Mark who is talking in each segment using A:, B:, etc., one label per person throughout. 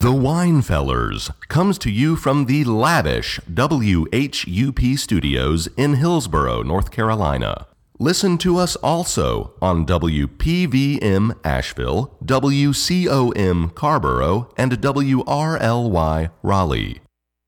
A: The Wine Fellers comes to you from the lavish WHUP studios in Hillsboro, North Carolina. Listen to us also on WPVM Asheville, WCOM Carborough, and WRLY Raleigh.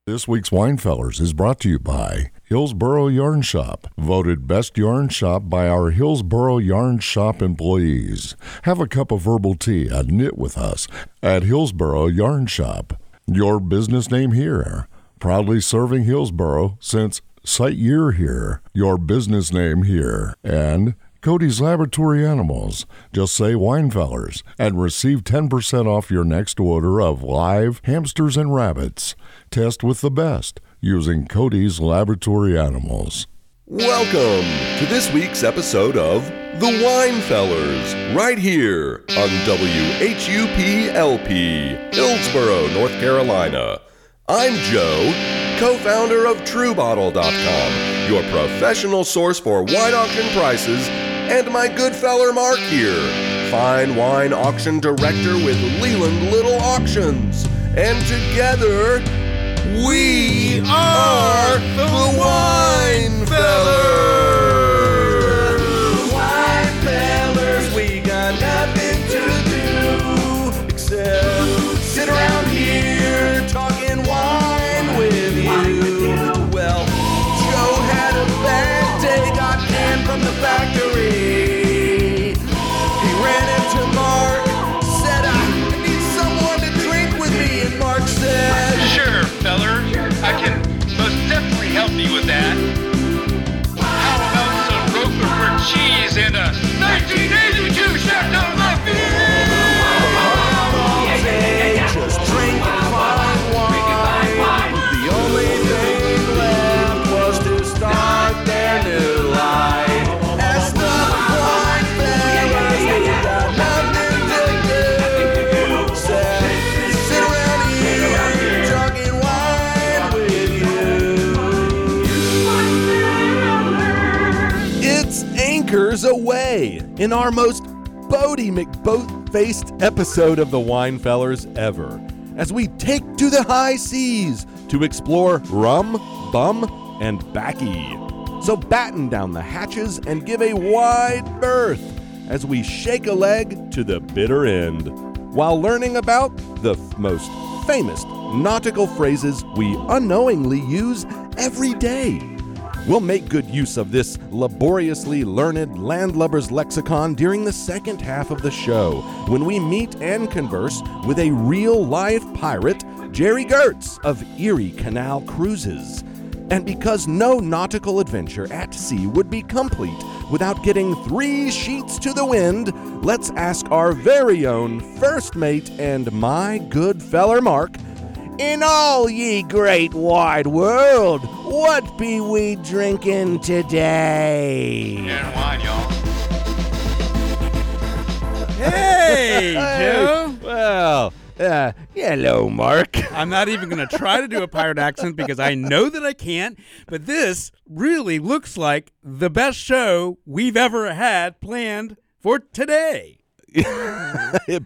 B: This week's Winefellers is brought to you by Hillsboro Yarn Shop, voted best yarn shop by our Hillsboro Yarn Shop employees. Have a cup of herbal tea and knit with us at Hillsboro Yarn Shop. Your business name here, proudly serving Hillsboro since site year here. Your business name here and Cody's Laboratory Animals. Just say Winefellers and receive 10% off your next order of live hamsters and rabbits. Test with the best using Cody's Laboratory Animals.
A: Welcome to this week's episode of The Wine Fellers, right here on WHUPLP, Hillsboro, North Carolina. I'm Joe, co founder of TrueBottle.com, your professional source for wine auction prices, and my good feller Mark here, fine wine auction director with Leland Little Auctions. And together, we are the Wine Fellers. Wine Fellers, we got nothing to do except sit around here talking wine with you. Well, Joe had a bad day, got canned from the factory. He ran into Mark, said, I need someone to drink with me. And Mark said,
C: Sure, feller. I can most definitely help you with that. How about some Roquefort cheese and a 1982 Chateau Lafite?
A: Just drink and fine wine. The only thing left was to start their new life. As the wine fellers, we got nothing to do except sit around here talking wine with you. It's anchors away in our most Bodie McBoat faced episode of the Winefellers ever, as we take to the high seas to explore rum, bum, and backy. So batten down the hatches and give a wide berth as we shake a leg to the bitter end, while learning about the f- most famous nautical phrases we unknowingly use every day. We'll make good use of this laboriously learned landlubber's lexicon during the second half of the show when we meet and converse with a real live pirate, Jerry Gertz of Erie Canal Cruises. And because no nautical adventure at sea would be complete without getting three sheets to the wind, let's ask our very own first mate and my good feller Mark in all ye great wide world, what be we drinking today?
C: And wine, y'all.
D: Hey, Joe.
A: Well, uh, hello, Mark.
D: I'm not even going to try to do a pirate accent because I know that I can't, but this really looks like the best show we've ever had planned for today.
A: it,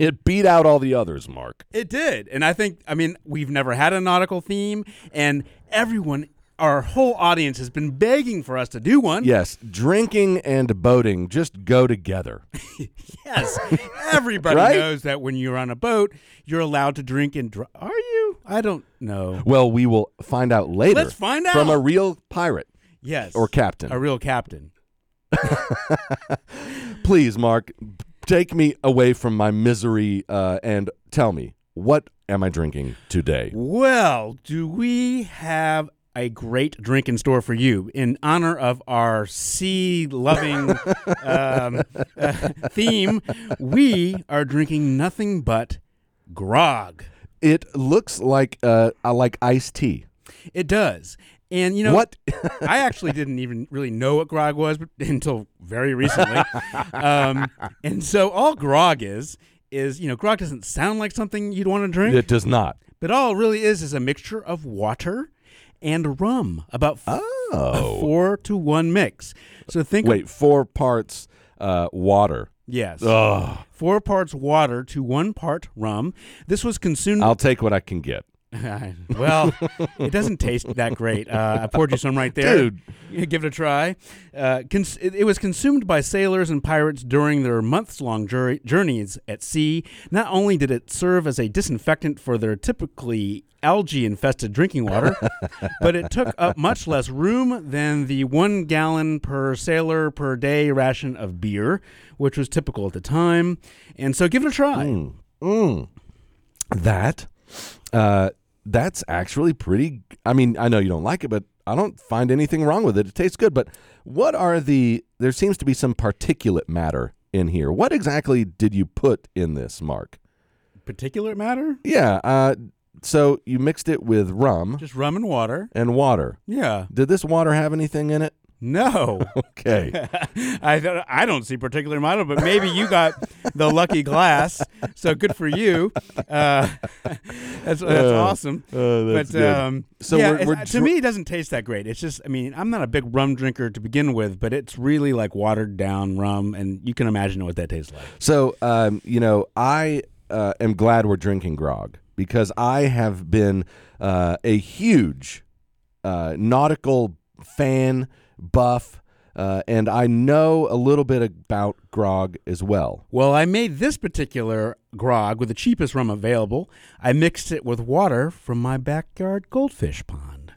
A: it beat out all the others, Mark.
D: It did. And I think, I mean, we've never had a nautical theme, and everyone, our whole audience has been begging for us to do one.
A: Yes, drinking and boating just go together.
D: Yes. Everybody
A: Right?
D: knows that when you're on a boat, you're allowed to drink and drive. Are you? I don't know.
A: Well, we will find out later.
D: Let's find
A: From
D: out.
A: a real pirate
D: Yes.
A: or captain.
D: A real captain.
A: Please, Mark, take me away from my misery uh, and tell me, what am I drinking today?
D: Well, do we have a great drink in store for you in honor of our sea loving um, uh, theme? We are drinking nothing but grog.
A: It looks like uh, I like iced tea.
D: It does. And you know
A: What?
D: I actually didn't even really know what grog was but- until very recently. um, and so all grog is is you know grog doesn't sound like something you'd want to drink.
A: It does not.
D: But all it really is is a mixture of water and rum, about f- a
A: Oh.
D: four to one mix. So think
A: Wait, four parts uh, water
D: Yes.
E: Ugh.
D: Four parts water to one part rum. This was consumed.
E: I'll take what I can get.
D: well, it doesn't taste that great. Uh, I poured you some right there.
E: Dude.
D: You Give it a try. Uh, cons- it, it was consumed by sailors and pirates during their months long jour- journeys at sea. Not only did it serve as a disinfectant for their typically algae infested drinking water, but it took up much less room than the one gallon per sailor per day ration of beer, which was typical at the time. And so give it a try.
E: Mm. That, uh, that's actually pretty. I mean, I know you don't like it, but I don't find anything wrong with it. It tastes good. But what are the? There seems to be some particulate matter in here. What exactly did you put in this, Mark?
D: Particulate matter?
E: Yeah. Uh, so you mixed it with rum
D: Just rum and water.
E: and water.
D: Yeah.
E: Did this water have anything in it?
D: No.
E: Okay.
D: I th- I don't see particular model, but maybe you got the lucky glass. So good for you. Uh, that's that's awesome.
E: oh, that's
D: but
E: good.
D: um,
E: So
D: yeah,
E: we're-
D: it's-
E: we're
D: to
E: dr-
D: me, it doesn't taste that great. It's just, I mean, I'm not a big rum drinker to begin with, but it's really like watered down rum, and you can imagine what that tastes like.
E: So, um, you know, I uh, am glad we're drinking grog because I have been uh, a huge uh, nautical fan, buff, uh, and I know a little bit about grog as well.
D: Well, I made this particular grog with the cheapest rum available. I mixed it with water from my backyard goldfish pond.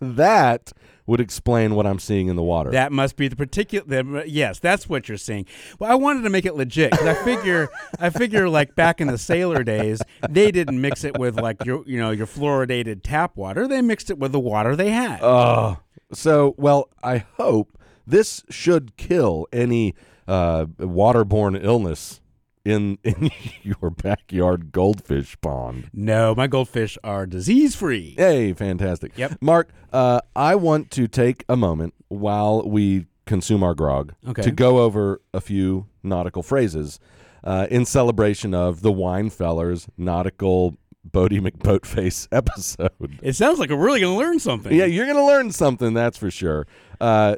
E: That would explain what I'm seeing in the water.
D: That must be the particular. Yes, that's what you're seeing. Well, I wanted to make it legit 'cause I figure, I figure, like back in the sailor days, they didn't mix it with like your, you know, your fluoridated tap water. They mixed it with the water they had.
E: Oh, so well. I hope this should kill any uh, waterborne illness in in your backyard goldfish pond.
D: no, my goldfish are disease free.
E: Hey, fantastic.
D: Yep.
E: Mark, uh, I want to take a moment while we consume our grog
D: Okay.
E: to go over a few nautical phrases uh, in celebration of the Wine Fellers nautical Bodie McBoatface episode.
D: It sounds like we're really gonna learn something.
E: Yeah, you're going to learn something, that's for sure. Uh,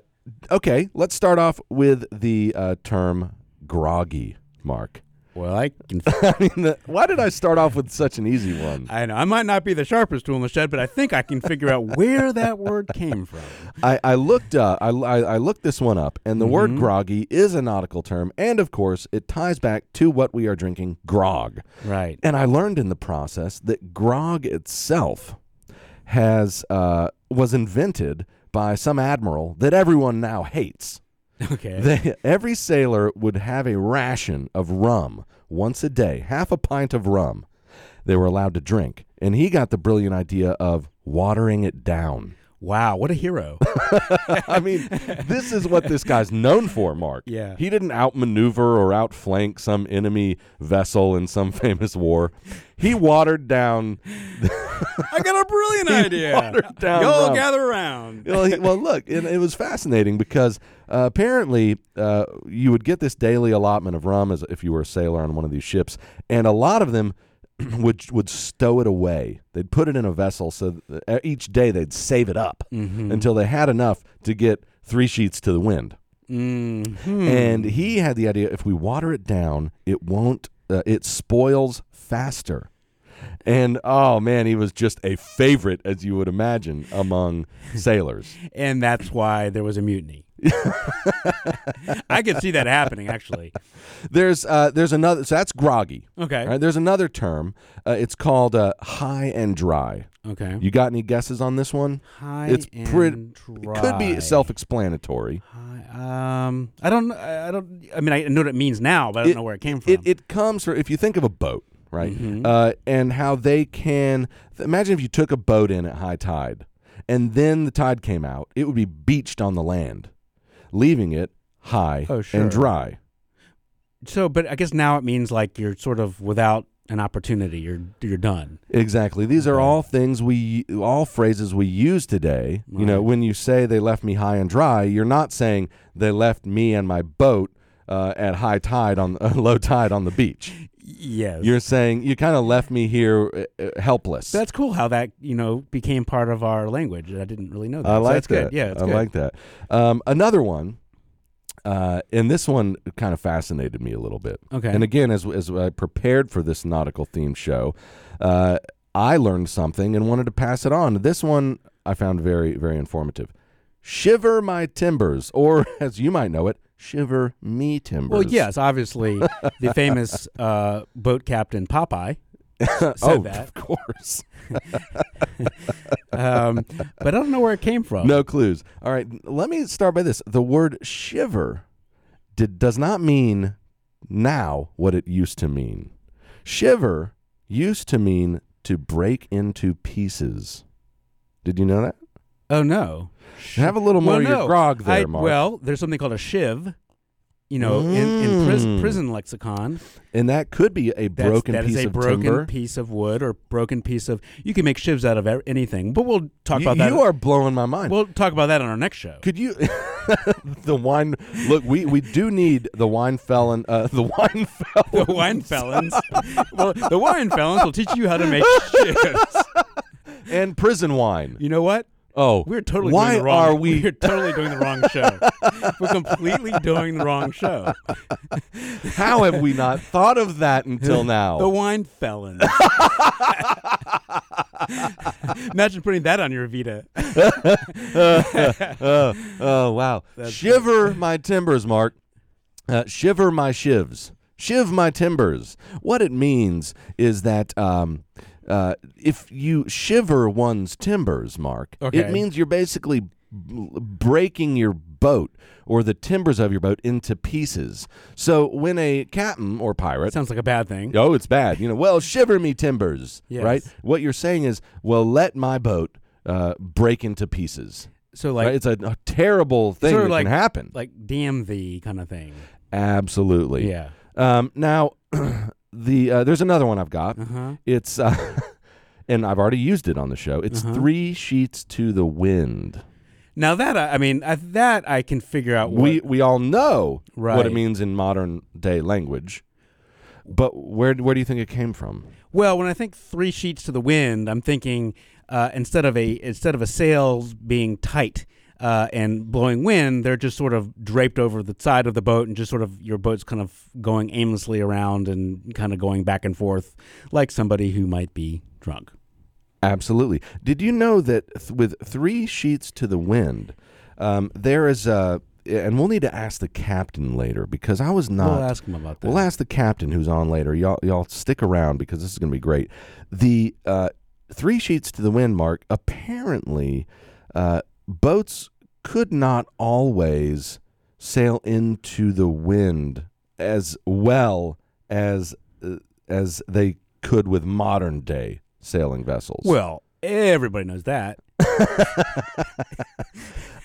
E: okay, let's start off with the uh, term groggy, Mark.
D: Well, I can.
E: I mean, the, why did I start off with such an easy one?
D: I know I might not be the sharpest tool in the shed, but I think I can figure out where that word came from.
E: I, I looked up. I, I, I looked this one up, and the
D: Mm-hmm.
E: word groggy is a nautical term, and of course, it ties back to what we are drinking, grog.
D: Right.
E: And I learned in the process that grog itself has uh, was invented by some admiral that everyone now hates.
D: Okay.
E: They, every sailor would have a ration of rum once a day, half a pint of rum. They were allowed to drink, and he got the brilliant idea of watering it down.
D: wow, what a hero.
E: I mean, this is what this guy's known for, Mark.
D: Yeah.
E: He didn't outmaneuver or outflank some enemy vessel in some famous war. He watered down.
D: I got a brilliant idea.
E: watered down
D: Y'all
E: rum.
D: gather around.
E: Well, he, well look, and it was fascinating because uh, apparently uh, you would get this daily allotment of rum as if you were a sailor on one of these ships, and a lot of them. Would would stow it away. They'd put it in a vessel, so th- each day they'd save it up until they had enough to get three sheets to the wind.
D: Mm-hmm.
E: and he had the idea if we water it down it won't uh, it spoils faster and oh man he was just a favorite as you would imagine among sailors
D: and that's why there was a mutiny. I could see that happening, actually.
E: there's uh, there's another so that's groggy
D: Okay.
E: All right, there's another term uh, it's called uh, high and dry
D: Okay.
E: you got any guesses on this one
D: Oh. High
E: it's
D: and dry.
E: it could be self-explanatory
D: High- um, I don't. I I don't. I mean, I know what it means now, but I don't know where it came from.
E: It, it comes from if you think of a boat, right?
D: Mm-hmm.
E: Uh, and how they can imagine if you took a boat in at high tide, and then the tide came out, it would be beached on the land, leaving it high
D: Oh, sure.
E: and dry.
D: so, but I guess now it means like you're sort of without an opportunity. You're you're done.
E: Exactly. These are all things we, all phrases we use today. You know, when you say they left me high and dry, you're not saying they left me and my boat uh, at high tide on low tide on the beach.
D: Yes.
E: You're saying you kind of left me here uh, uh, helpless.
D: that's cool how that you know became part of our language. I didn't really know that.
E: I
D: So
E: like
D: that's
E: that.
D: Good. Yeah, that's
E: I
D: good.
E: like that. Um, another one Uh, and this one kind of fascinated me a little bit.
D: Okay.
E: And again, as as I prepared for this nautical themed show, uh, I learned something and wanted to pass it on. This one I found very very informative. Shiver my timbers, or as you might know it, shiver me timbers.
D: Well, yes, obviously, the famous uh, boat captain Popeye said
E: Oh,
D: that.
E: of course.
D: Um, but I don't know where it came from.
E: No clues. All right, let me start by this. The word shiver did, does not mean now what it used to mean. Shiver used to mean to break into pieces. Did you know that?
D: Oh no.
E: Have a little more
D: well,
E: of your
D: no.
E: grog there,
D: I-
E: Mark.
D: Well, there's something called a shiv. You know, in, in
E: Mm.
D: prison, prison lexicon,
E: and that could be a
D: that's,
E: broken
D: that is
E: piece
D: a
E: of
D: broken
E: timber.
D: piece of wood or broken piece of. You can make shivs out of e- anything, but we'll talk
E: you,
D: about that.
E: you are blowing my mind.
D: we'll talk about that on our next show.
E: Could you the wine look we, we do need the wine felon uh, the wine felon
D: The wine felons. well, the wine felons will teach you how to make shivs.
E: and prison wine.
D: You know what?
E: Oh.
D: We're totally
E: why
D: doing the wrong.
E: are we
D: We're totally doing the wrong show. We're completely doing the wrong show.
E: How have we not thought of that until now?
D: The wine felons. Imagine putting that on your Vita.
E: oh wow! Shiver my timbers, Mark. Uh, shiver my shivs. Shiv my timbers. What it means is that um, uh, if you shiver one's timbers, Mark, it
D: Okay.
E: means you're basically b- breaking your boat or the timbers of your boat into pieces. So when a captain or pirate
D: Sounds like a bad thing.
E: Oh, it's bad. You know, well, shiver me timbers,
D: Yes.
E: right? What you're saying is, well, let my boat uh, break into pieces.
D: So like
E: right? It's a, a terrible thing
D: sort
E: that
D: of like
E: can happen.
D: Like DMV kind of thing.
E: Absolutely.
D: Yeah.
E: Um, now, the uh, there's another one I've got.
D: Uh-huh.
E: It's uh, and I've already used it on the show. It's
D: Uh-huh.
E: three sheets to the wind.
D: Now that I, I mean I, that I can figure out. What,
E: We we all know what it
D: Right.
E: means in modern day language, but where where do you think it came from?
D: Well, when I think three sheets to the wind, I'm thinking uh, instead of a instead of a sails being tight uh, and blowing wind, they're just sort of draped over the side of the boat and just sort of your boat's kind of going aimlessly around and kind of going back and forth like somebody who might be drunk.
E: Absolutely. Did you know that th- with three sheets to the wind, um, there is a, and we'll need to ask the captain later because I was not.
D: We'll ask him about that.
E: We'll ask the captain who's on later. Y'all, y'all stick around because this is going to be great. The uh, three sheets to the wind mark. Apparently, uh, boats could not always sail into the wind as well as uh, as they could with modern day sailing vessels.
D: Well, everybody knows that.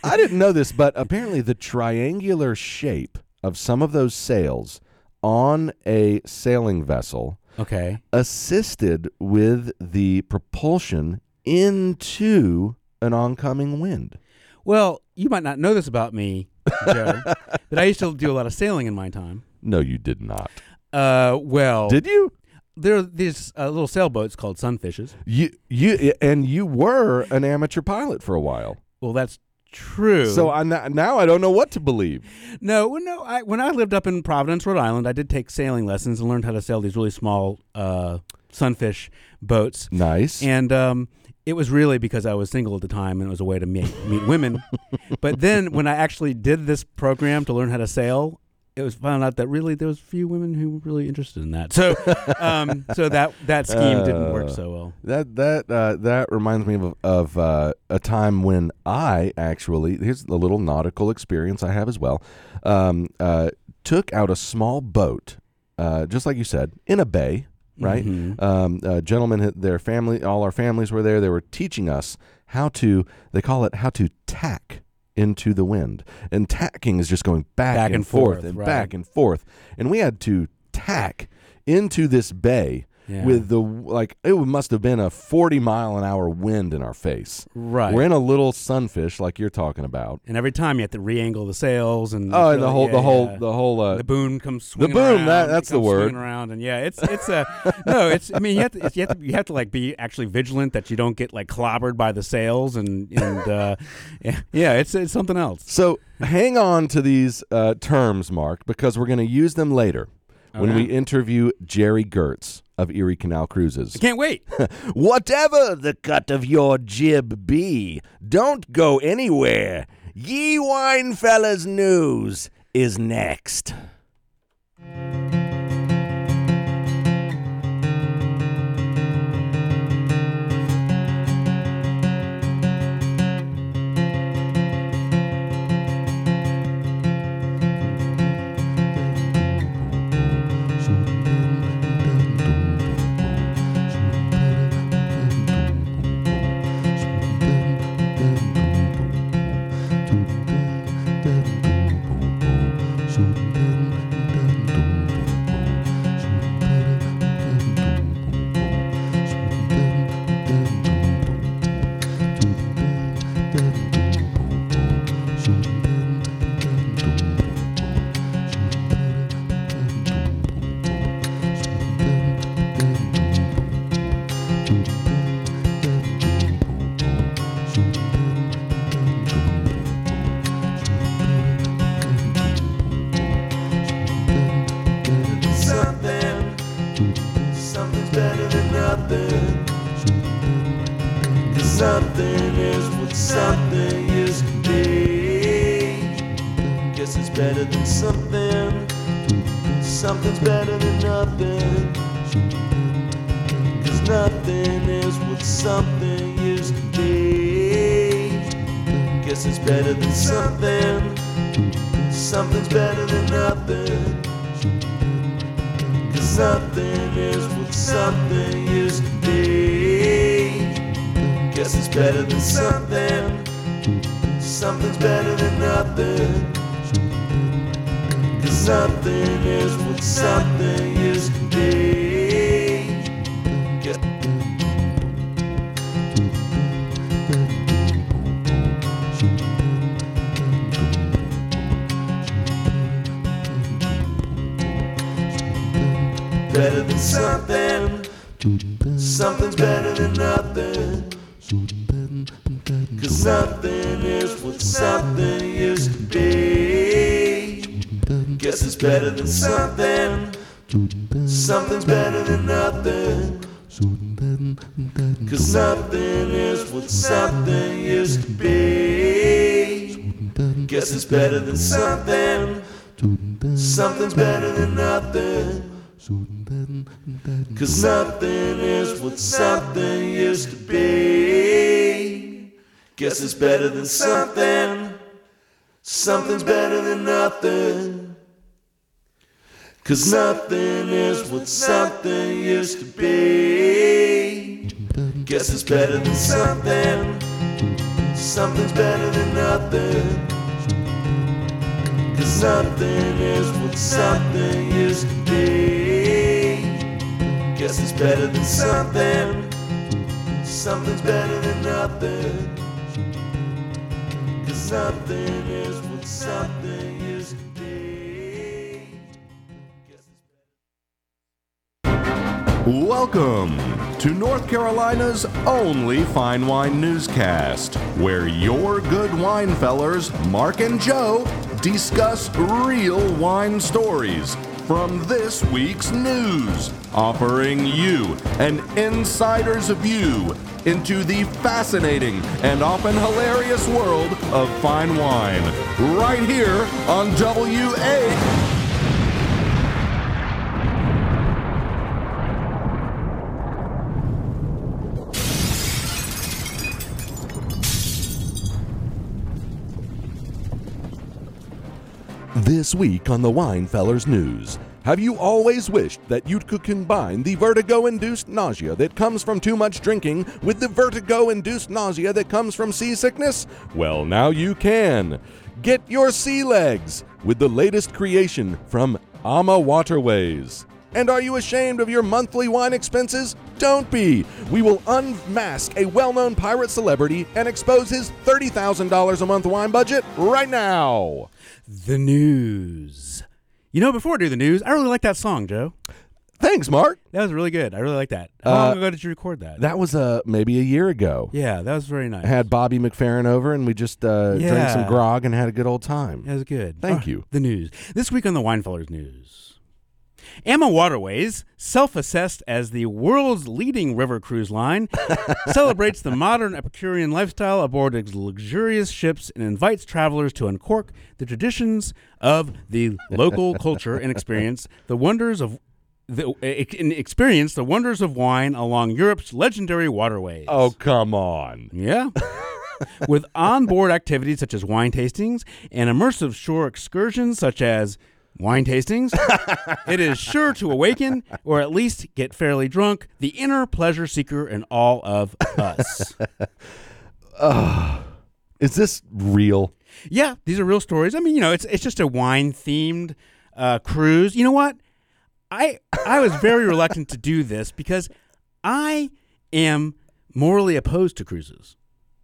E: I didn't know this, but apparently the triangular shape of some of those sails on a sailing vessel
D: Okay.
E: assisted with the propulsion into an oncoming wind.
D: Well, you might not know this about me, Joe, but I used to do a lot of sailing in my time.
E: No, you did not.
D: Uh, well,
E: Did you?
D: there are these uh, little sailboats called sunfishes.
E: You you and you were an amateur pilot for a while.
D: Well, that's true.
E: So I n- now I don't know what to believe.
D: no, well, no. I, when I lived up in Providence, Rhode Island, I did take sailing lessons and learned how to sail these really small uh, sunfish boats.
E: Nice.
D: And um, it was really because I was single at the time, and it was a way to meet meet women. but then when I actually did this program to learn how to sail. It was found out that really there was few women who were really interested in that, so um, so that that scheme didn't
E: Uh.
D: work so well.
E: That that uh, that reminds me of, of uh, a time when I actually here's a little nautical experience I have as well. Um, uh, took out a small boat, uh, just like you said, in a bay. Right, um, uh, gentlemen, had- their family, all our families were there. They were teaching us how to. They call it how to tack into the wind, and tacking is just going back,
D: Back
E: and,
D: and
E: forth,
D: forth,
E: and
D: right.
E: back and forth. And we had to tack into this bay
D: Yeah.
E: with the like it must have been a 40 mile an hour wind in our face.
D: Right.
E: We're in a little sunfish like you're talking about.
D: and every time you have to re-angle the sails and
E: Oh, and the whole
D: yeah,
E: the whole
D: yeah.
E: the whole uh,
D: the boom comes swinging
E: boom,
D: around,
E: that-
D: it
E: that's the
D: comes swinging
E: word.
D: around and yeah it's it's a no it's I mean you have to it's, you have to you have to like be actually vigilant that you don't get like clobbered by the sails and and uh, yeah, yeah it's it's something else
E: So hang on to these uh, terms, Mark, because we're going to use them later when we interview Jerry Gertz of Erie Canal Cruises.
D: can't wait
E: Whatever the cut of your jib be, don't go anywhere. Ye Winefellas News is next.
A: Something, something's better than nothing. 'Cause something is what something used to be. Guess it's better than something. Something's better than nothing. 'Cause nothing is what something used to be. Guess it's better than something. Something's better than nothing. Cause something is what something used to be. Guess it's better than something. Something's better than nothing. Cause something is what something used to be. Guess better than something. Something's better than nothing. Cause nothing is what something used to be. Guess it's better than something. Something's better than nothing. Cause nothing is what something used to be. Guess it's better than something. Something's better than nothing. Cause nothing is what something used to be. Guess it's better than something. Something's better than nothing. Cause nothing is what something used to be. Guess it's better than something. Something's better than nothing. Cause something is what something used to be. Guess it's better than something. Something's better than nothing. Cause something is what something used to be. Guess it's
E: Welcome to North Carolina's only fine wine newscast, where your good wine fellers, Mark and Joe, discuss real wine stories from this week's news, offering you an insider's view into the fascinating and often hilarious world of fine wine, right here on WA. This week on the Winefellers News, have you always wished that you could combine the vertigo induced nausea that comes from too much drinking with the vertigo induced nausea that comes from seasickness? Well, now you can. Get your sea legs with the latest creation from Ama Waterways. And are you ashamed of your monthly wine expenses? Don't be! We will unmask a well known pirate celebrity and expose his $30,000 a month wine budget right now!
D: The news. You know, before I do the news, I really like that song, Joe.
E: Thanks, Mark!
D: That was really good. I really like that. How
E: Uh,
D: long ago did you record that?
E: That was uh, maybe a year ago.
D: Yeah, that was very nice.
E: I had Bobby McFerrin over and we just uh, drank
D: Yeah.
E: some grog and had a good old time.
D: That was good.
E: Thank
D: Ah,
E: you.
D: The news. This week on the Winefellers News. Emma Waterways, self assessed as the world's leading river cruise line, celebrates the modern Epicurean lifestyle aboard its luxurious ships and invites travelers to uncork the traditions of the local culture and experience the wonders of. The, e- and experience the wonders of wine along Europe's legendary waterways.
E: Oh, come on.
D: Yeah. With onboard activities such as wine tastings and immersive shore excursions such as wine tastings, it is sure to awaken, or at least get fairly drunk, the inner pleasure seeker in all of us.
E: Is this real?
D: yeah, these are real stories. I mean, you know, it's it's just a wine themed uh, cruise. You know what? I I was very reluctant to do this because I am morally opposed to cruises.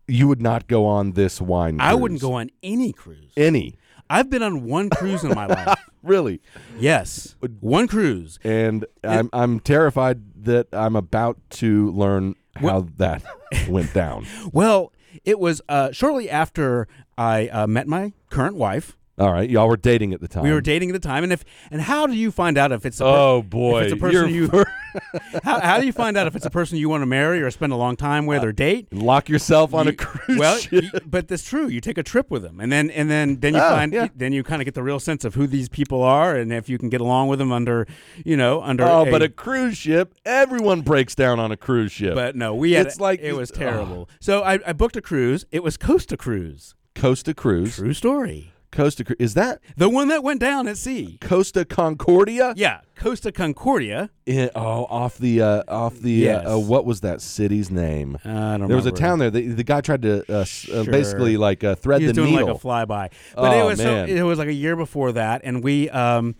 E: You would not go on this wine
D: I wouldn't go on any cruise.
E: Any.
D: I've been on one cruise in my life.
E: Really.
D: Yes, one cruise.
E: And I'm, I'm terrified that I'm about to learn how that went down.
D: Well, it was uh, shortly after I uh, met my current wife.
E: All right. Y'all were dating at the time.
D: We were dating at the time, and if and how do you find out if it's a per-
E: Um. Oh,
D: if
E: boy.
D: it's a person
E: You're-
D: you how, how do you find out if it's a person you want to marry or spend a long time
E: Uh,
D: with or date?
E: Lock yourself on a
D: You-
E: cruise
D: well,
E: ship.
D: you- but that's true. You take a trip with them, and then and then then you
E: Ah,
D: find
E: yeah.
D: then you kind of get the real sense of who these people are and if you can get along with them under you know under.
E: Oh,
D: a-
E: but a cruise ship. Everyone breaks down on a cruise ship.
D: but no, we had
E: It's like-
D: it was terrible. So I, I booked a cruise. It was Costa Cruise.
E: Costa Cruise.
D: True story.
E: Costa Cruise. Is that
D: The one that went down at sea.
E: Costa Concordia?
D: Yeah, Costa Concordia.
E: In- oh, off the uh, off the
D: Yes.
E: uh, uh, what was that city's name?
D: I don't
E: there was a
D: remember.
E: town there. The, the guy tried to uh, s- uh, basically
D: Sure.
E: like uh, thread
D: He was
E: the
D: doing
E: needle.
D: like a flyby, but
E: Oh,
D: it was so-
E: man.
D: it was like a year before that, and we um,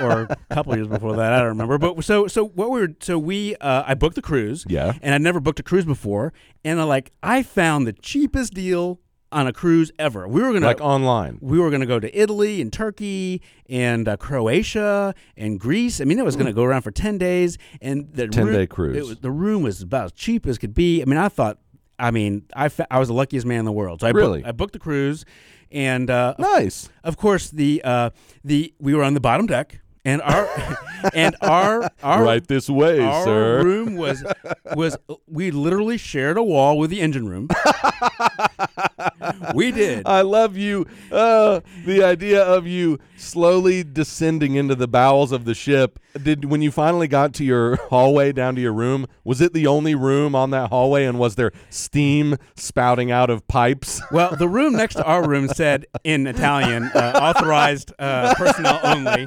D: or a couple years before that, I don't remember. But so so what we were so we uh, I booked the cruise,
E: Yeah.
D: and I never booked a cruise before, and I like I found the cheapest deal on a cruise ever. We were gonna
E: like online.
D: we were going to go to Italy and Turkey and uh, Croatia and Greece. I mean, it was going to go around for ten days, and the
E: 10-day
D: room-
E: cruise.
D: It was, the room was about as cheap as could be. I mean, I thought, I mean, I, fe- I was the luckiest man in the world. So I booked-
E: Really?
D: I booked the cruise, and uh,
E: Nice.
D: of course the uh, the we were on the bottom deck, and our and our our
E: right this way,
D: our
E: sir.
D: room was was we literally shared a wall with the engine room. we did.
E: I love you. Uh, the idea of you slowly descending into the bowels of the ship. Did when you finally got to your hallway down to your room, was it the only room on that hallway and was there steam spouting out of pipes?
D: Well, the room next to our room said in Italian, uh, authorized uh, personnel only,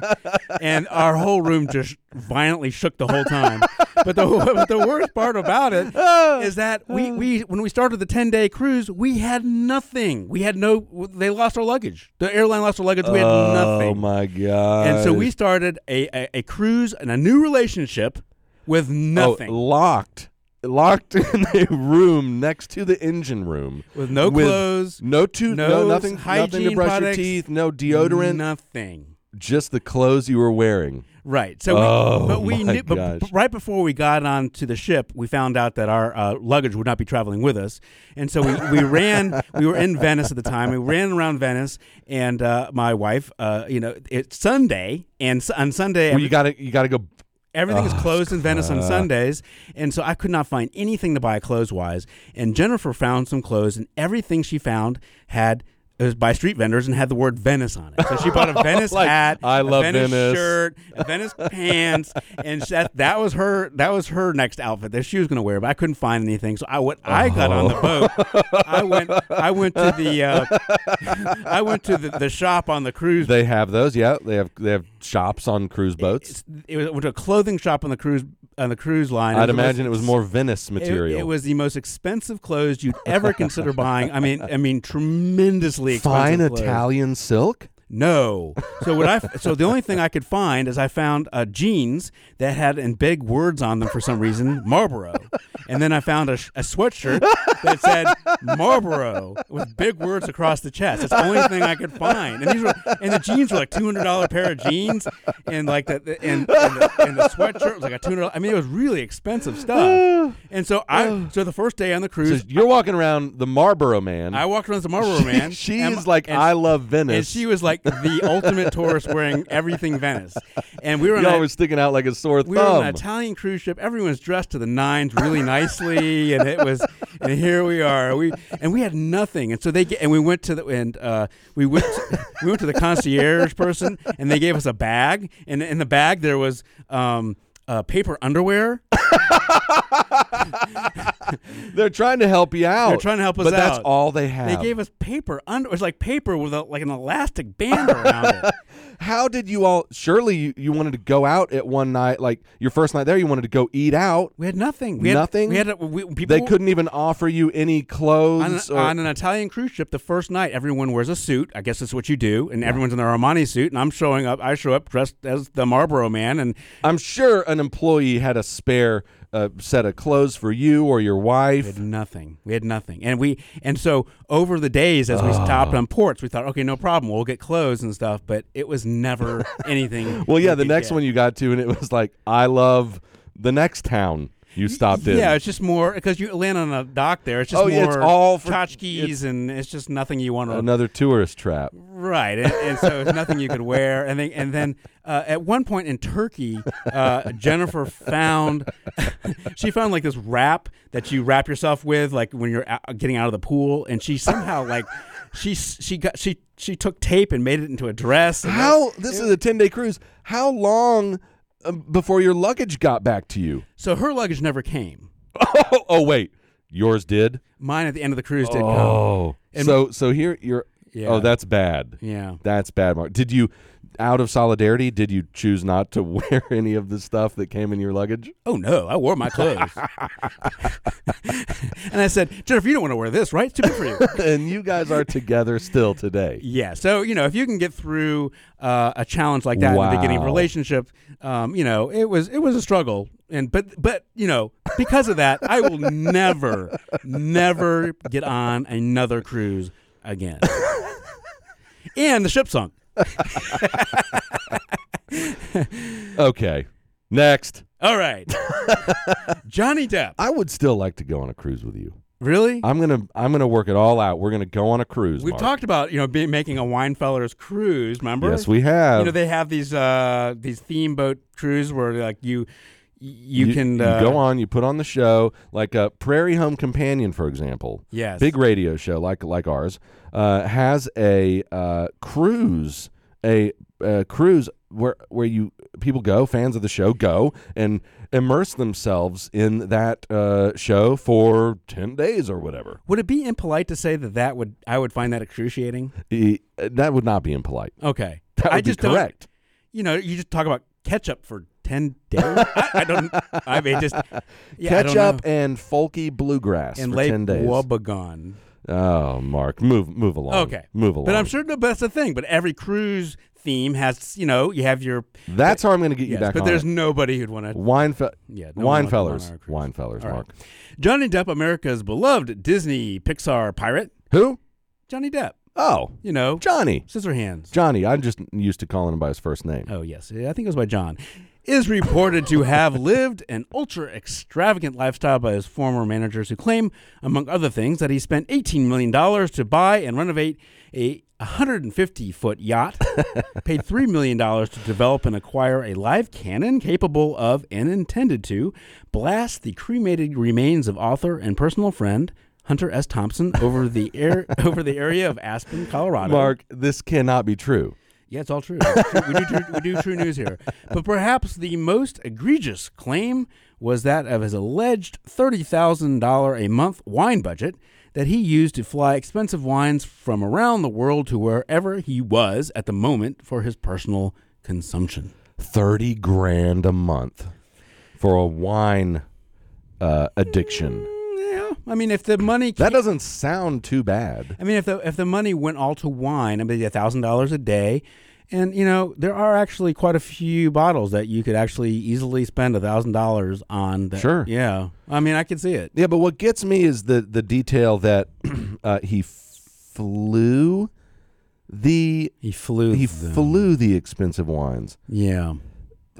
D: and our whole room just violently shook the whole time. But the, but the worst part about it
E: Oh.
D: is that we, we when we started the ten day cruise, we had nothing. We had no. They lost our luggage. The airline lost our luggage. We had
E: Oh
D: nothing.
E: my god.
D: And so we started a, a, a cruise and a new relationship with
E: Oh,
D: nothing.
E: locked. Locked in a room next to the engine room
D: With no clothes,
E: no tooth, no
D: no
E: nothing, nothing to
D: hygiene
E: brush
D: products,
E: your teeth, no deodorant,
D: Nothing.
E: just the clothes you were wearing.
D: Right. So, we,
E: Oh,
D: but we
E: my
D: knew, but
E: gosh.
D: b- right before we got onto the ship, we found out that our uh, luggage would not be traveling with us, and so we, we ran. We were in Venice at the time. We ran around Venice, and uh, my wife, uh, you know, it's Sunday, and s- on Sunday
E: Well, you gotta, you gotta go
D: Everything
E: Oh,
D: is closed in Venice on Sundays, and so I could not find anything to buy clothes wise. And Jennifer found some clothes, and everything she found had it was by street vendors and had the word Venice on it. So she bought a Venice
E: Like,
D: hat,
E: I
D: a
E: love
D: Venice,
E: Venice.
D: shirt, a Venice pants, and that that was her that was her next outfit that she was going to wear. But I couldn't find anything, so I what I got on the
E: Oh.
D: boat, I went I went to the uh, I went to the, the shop on the cruise
E: They have those, yeah. They have they have shops on cruise boats.
D: it's, it was, it was a clothing shop on the cruise on the cruise line.
E: I'd
D: the most-
E: imagine it was more Venice
D: it-
E: material.
D: It, was the most expensive clothes you'd ever consider buying. I mean, I mean, tremendously expensive
E: fine
D: clothes.
E: Italian silk.
D: No. So what I so the only thing I could find is I found uh, jeans that had in big words on them for some reason Marlboro, and then I found a, sh- a sweatshirt that said Marlboro with big words across the chest. That's the only thing I could find. And these were and the jeans were like two hundred dollar pair of jeans, and like the, the- and and the, and the sweatshirt was like a two hundred. I mean, it was really expensive stuff. And so I so the first day on the
E: So
D: cruise.
E: you're walking around the Marlboro Man.
D: I walked around as a Marlboro man.
E: she
D: and-
E: is like,
D: and-
E: I love Venice.
D: and she was like the ultimate tourist wearing everything Venice. And we were on
E: Y'all
D: a-
E: were sticking out like a sore thumb.
D: we were on an Italian cruise ship. Everyone's dressed to the nines really nicely, and it was. And here we are. We and we had nothing, and so they ga- and we went to the and uh, we went to, we went to the concierge person, and they gave us a bag, and in the bag there was um, uh, paper underwear.
E: They're trying to help you out.
D: They're trying to help us
E: Oh, but that's
D: out.
E: all they have.
D: They gave us paper under. It was like paper with a, like an elastic band around it.
E: How did you all? Surely you, you wanted to go out at one night, like your first night there. You wanted to go eat out.
D: We had nothing. We had,
E: Nothing?
D: We had a, we, people.
E: They couldn't even offer you any
D: on, an-
E: clothes. or,
D: on an Italian cruise ship, the first night, everyone wears a suit. I guess that's what you do, and everyone's in their Armani suit. And I'm showing up. I show up dressed as the Marlboro Man, and
E: I'm sure an employee had a spare uh, set of clothes for you or your
D: we
E: wife.
D: had nothing. We had nothing, and we and so over the days as we
E: Ah.
D: stopped on ports, we thought, okay, no problem, we'll get clothes and stuff. But it was never anything.
E: Well, yeah,
D: we
E: the
D: could
E: next
D: get.
E: one you got to, and it was like, I love the next town you stopped in.
D: Yeah, it's just more because you land on a dock there. It's just
E: Oh,
D: more
E: yeah, it's all for- Uh,
D: tchotchkes, and it's just nothing you want to
E: another tourist trap.
D: Right, and, and so it's nothing you could wear. And then, and then uh, at one point in Turkey, uh, Jennifer found she found like this wrap that you wrap yourself with, like when you're out, getting out of the pool. And she somehow like she she got she she took tape and made it into a dress. and
E: How this is a ten day cruise. How long uh, before your luggage got back to you?
D: So her luggage never came.
E: Oh, oh wait, yours did.
D: Mine at the end of the cruise did come.
E: Oh, so so here you're.
D: Yeah.
E: Oh, that's bad.
D: Yeah.
E: that's bad. Mark, did you, out of solidarity, did you choose not to wear any of the stuff that came in your luggage?
D: Oh no, I wore my clothes. and I said, Jennifer, you don't want to wear this, right? It's too big for you.
E: and you guys are together still today.
D: Yeah. So, you know, if you can get through uh, a challenge like that in the beginning of a
E: Wow.
D: relationship, um, you know, it was it was a struggle. And but but you know, because of that, I will never, never get on another cruise again. and the ship sunk.
E: Okay, next.
D: All right. Johnny Depp.
E: I would still like to go on a cruise with you.
D: Really?
E: I'm gonna I'm gonna work it all out. We're gonna go on a cruise.
D: We've
E: Mark.
D: talked about, you know, being, making a Winefellers cruise, remember?
E: Yes, we have.
D: you know they have these uh these theme boat crews where like you you, can uh,
E: go on. You put on the show like a Prairie Home Companion, for example.
D: Yes.
E: big radio show like like ours uh, has a uh, cruise, a uh, cruise where where you people go, fans of the show go and immerse themselves in that uh, show for ten days or whatever.
D: Would it be impolite to say that that would I would find that excruciating?
E: E- that would not be impolite.
D: Okay,
E: That would
D: I
E: be
D: just don't-
E: correct.
D: You know, you just talk about ketchup for ten days. I, I don't. I mean, just yeah, I don't
E: Ketchup
D: know.
E: and folky bluegrass
D: and
E: for
D: late
E: ten days.
D: Wobegon.
E: oh, Mark, move move along.
D: Okay,
E: move along.
D: But I'm sure no, but that's the thing. But every cruise theme has you know you have your
E: that's how I'm going to get you
D: yes,
E: back.
D: but
E: on
D: there's
E: it.
D: nobody who'd want to
E: Winefe-
D: Yeah, no one
E: Winefellers.
D: on our cruise.
E: Winefellers,
D: All right.
E: Mark.
D: Johnny Depp, America's beloved Disney Pixar pirate.
E: Who?
D: Johnny Depp.
E: Oh,
D: You know,
E: Johnny.
D: Scissorhands.
E: Johnny. I'm just used to calling him by his first name.
D: Oh, yes. I think it was by John. Is reported to have lived an ultra extravagant lifestyle by his former managers, who claim, among other things, that he spent $18 million to buy and renovate a 150 foot yacht, paid $3 million to develop and acquire a live cannon capable of, and intended to, blast the cremated remains of author and personal friend. Hunter S. Thompson over the air over the area of Aspen, Colorado.
E: Mark, this cannot be true.
D: Yeah, it's all true. It's true. We, do true we do true news here. But perhaps the most egregious claim was that of his alleged $30,000 a month wine budget that he used to fly expensive wines from around the world to wherever he was at the moment for his personal consumption.
E: Thirty grand a month for a wine uh, addiction.
D: Yeah, I mean, if the money
E: That doesn't sound too bad.
D: I mean, if the if the money went all to wine, I mean, a thousand dollars a day, and you know there are actually quite a few bottles that you could actually easily spend a thousand dollars on. That,
E: Sure.
D: Yeah. I mean, I could see it.
E: Yeah, but what gets me is the the detail that uh, he flew the
D: He flew.
E: he
D: them.
E: flew the expensive wines.
D: Yeah.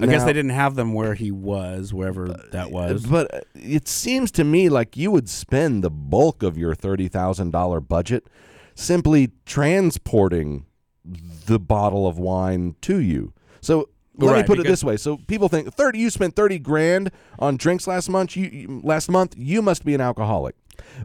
D: I guess
E: Now-
D: they didn't have them where he was, wherever that was.
E: But uh, it seems to me like you would spend the bulk of your $30,000 budget simply transporting the bottle of wine to you. So let me
D: Right,
E: put it
D: because-
E: this way. So people think 30 you spent 30 grand on drinks last month, you- you last month, you must be an alcoholic.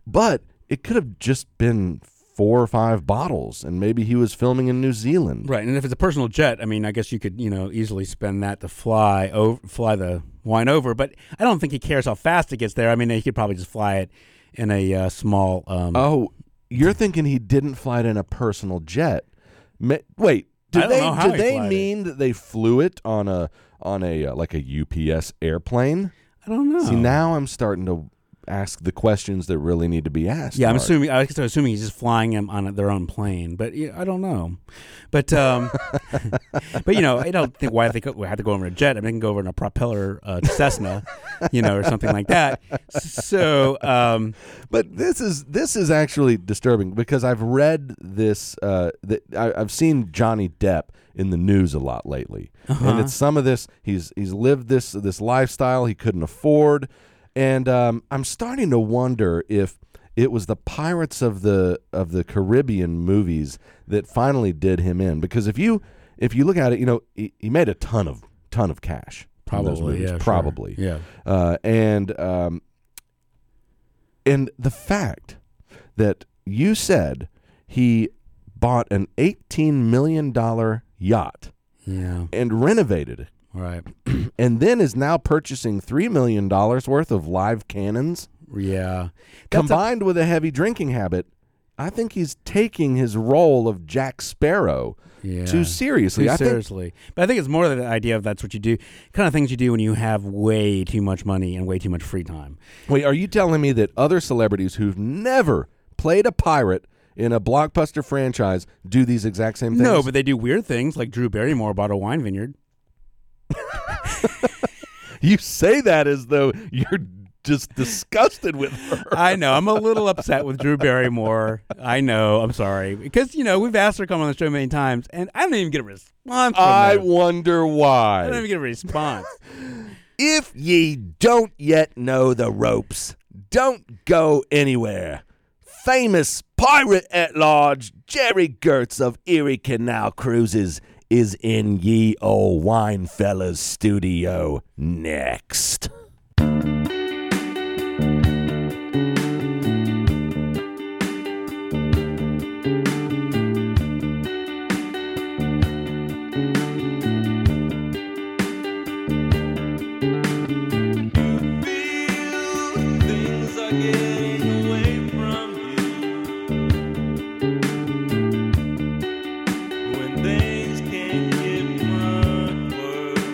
E: But it could have just been four or five bottles and maybe he was filming in New Zealand.
D: Right, and if it's a personal jet, I mean, I guess you could, you know, easily spend that to fly over, fly the wine over. But I don't think he cares how fast it gets there. I mean, he could probably just fly it in a uh, small. Um,
E: Oh, you're thinking he didn't fly it in a personal jet? Ma- Wait, do
D: I don't
E: they
D: know how
E: do
D: he
E: they
D: flied it.
E: mean that they flew it on a on a uh, like a UPS airplane?
D: I don't know.
E: See, now I'm starting to ask the questions that really need to be asked.
D: Yeah, I'm
E: Mark.
D: assuming. I was assuming he's just flying them on their own plane, but yeah, I don't know. But um, but you know, I don't think why they could, we had to go over in a jet. I mean, they can go over in a propeller uh, Cessna, you know, or something like that. So um,
E: But this is this is actually disturbing because I've read this. Uh, that I, I've seen Johnny Depp in the news a lot lately,
D: Uh-huh.
E: and it's some of this. He's he's lived this this lifestyle he couldn't afford, and um, I'm starting to wonder if it was the Pirates of the of the Caribbean movies that finally did him in. Because if you if you look at it, you know he, he made a ton of ton of cash. from those
D: Probably,
E: movies,
D: yeah, sure.
E: probably,
D: Yeah.
E: uh, and um, and the fact that you said he bought an eighteen million dollar yacht
D: yeah,
E: and renovated it,
D: all right,
E: and then is now purchasing three million dollars worth of live cannons,
D: yeah. That's a-
E: combined with a heavy drinking habit. I think he's taking his role of Jack Sparrow
D: Yeah.
E: too seriously.
D: Too
E: I think
D: seriously. but I think it's more the idea of that's what you do, kind of things you do when you have way too much money and way too much free time.
E: Wait, are you telling me that other celebrities who've never played a pirate in a blockbuster franchise do these exact same things?
D: No, but they do weird things like Drew Barrymore bought a wine vineyard.
E: you say that as though you're just disgusted with her.
D: I know. I'm a little upset with Drew Barrymore. I know. I'm sorry because you know we've asked her to come on the show many times, and I don't even get a response. From
E: I
D: her.
E: wonder
D: I don't even
E: why.
D: get a response.
E: If ye don't yet know the ropes, don't go anywhere. Famous pirate at large, Jerry Gertz of Erie Canal Cruises, is in ye old Winefellas studio next.
F: Things are getting away from you when things can't get much worse.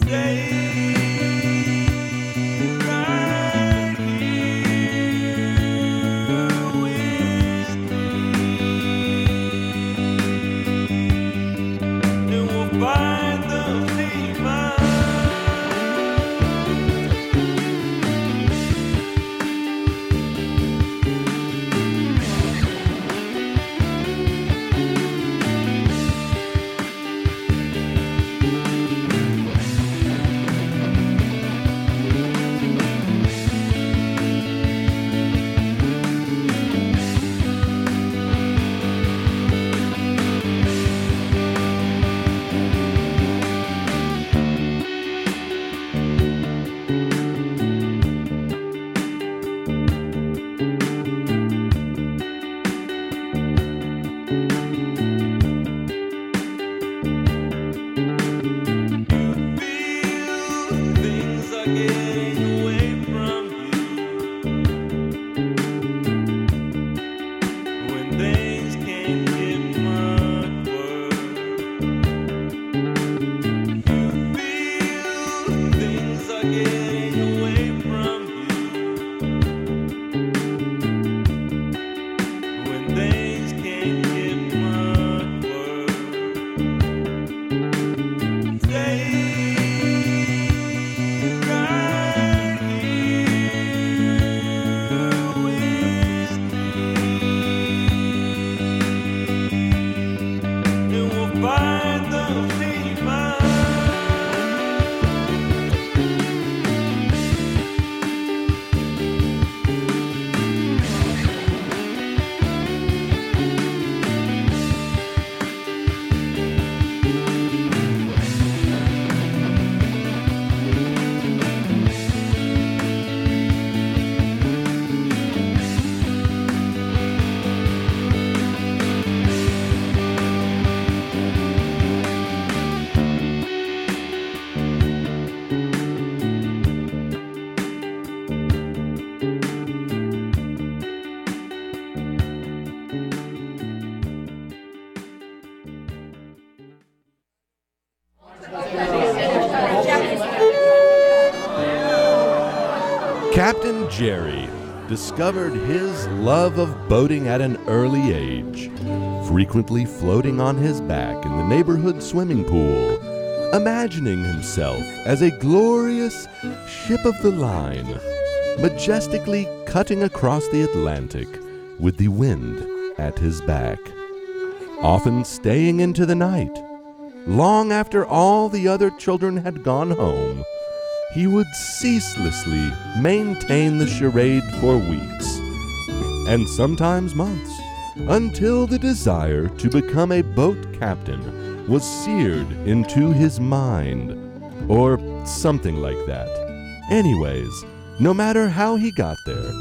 F: Stay right here with me, and we'll find the fever. Things are getting away from you when things can't get much worse. Things are getting away from you
E: Captain Jerry discovered his love of boating at an early age, frequently floating on his back in the neighborhood swimming pool, imagining himself as a glorious ship of the line, majestically cutting across the Atlantic with the wind at his back, often staying into the night. Long after all the other children had gone home, he would ceaselessly maintain the charade for weeks, and sometimes months, until the desire to become a boat captain was seared into his mind, or something like that. Anyways, no matter how he got there,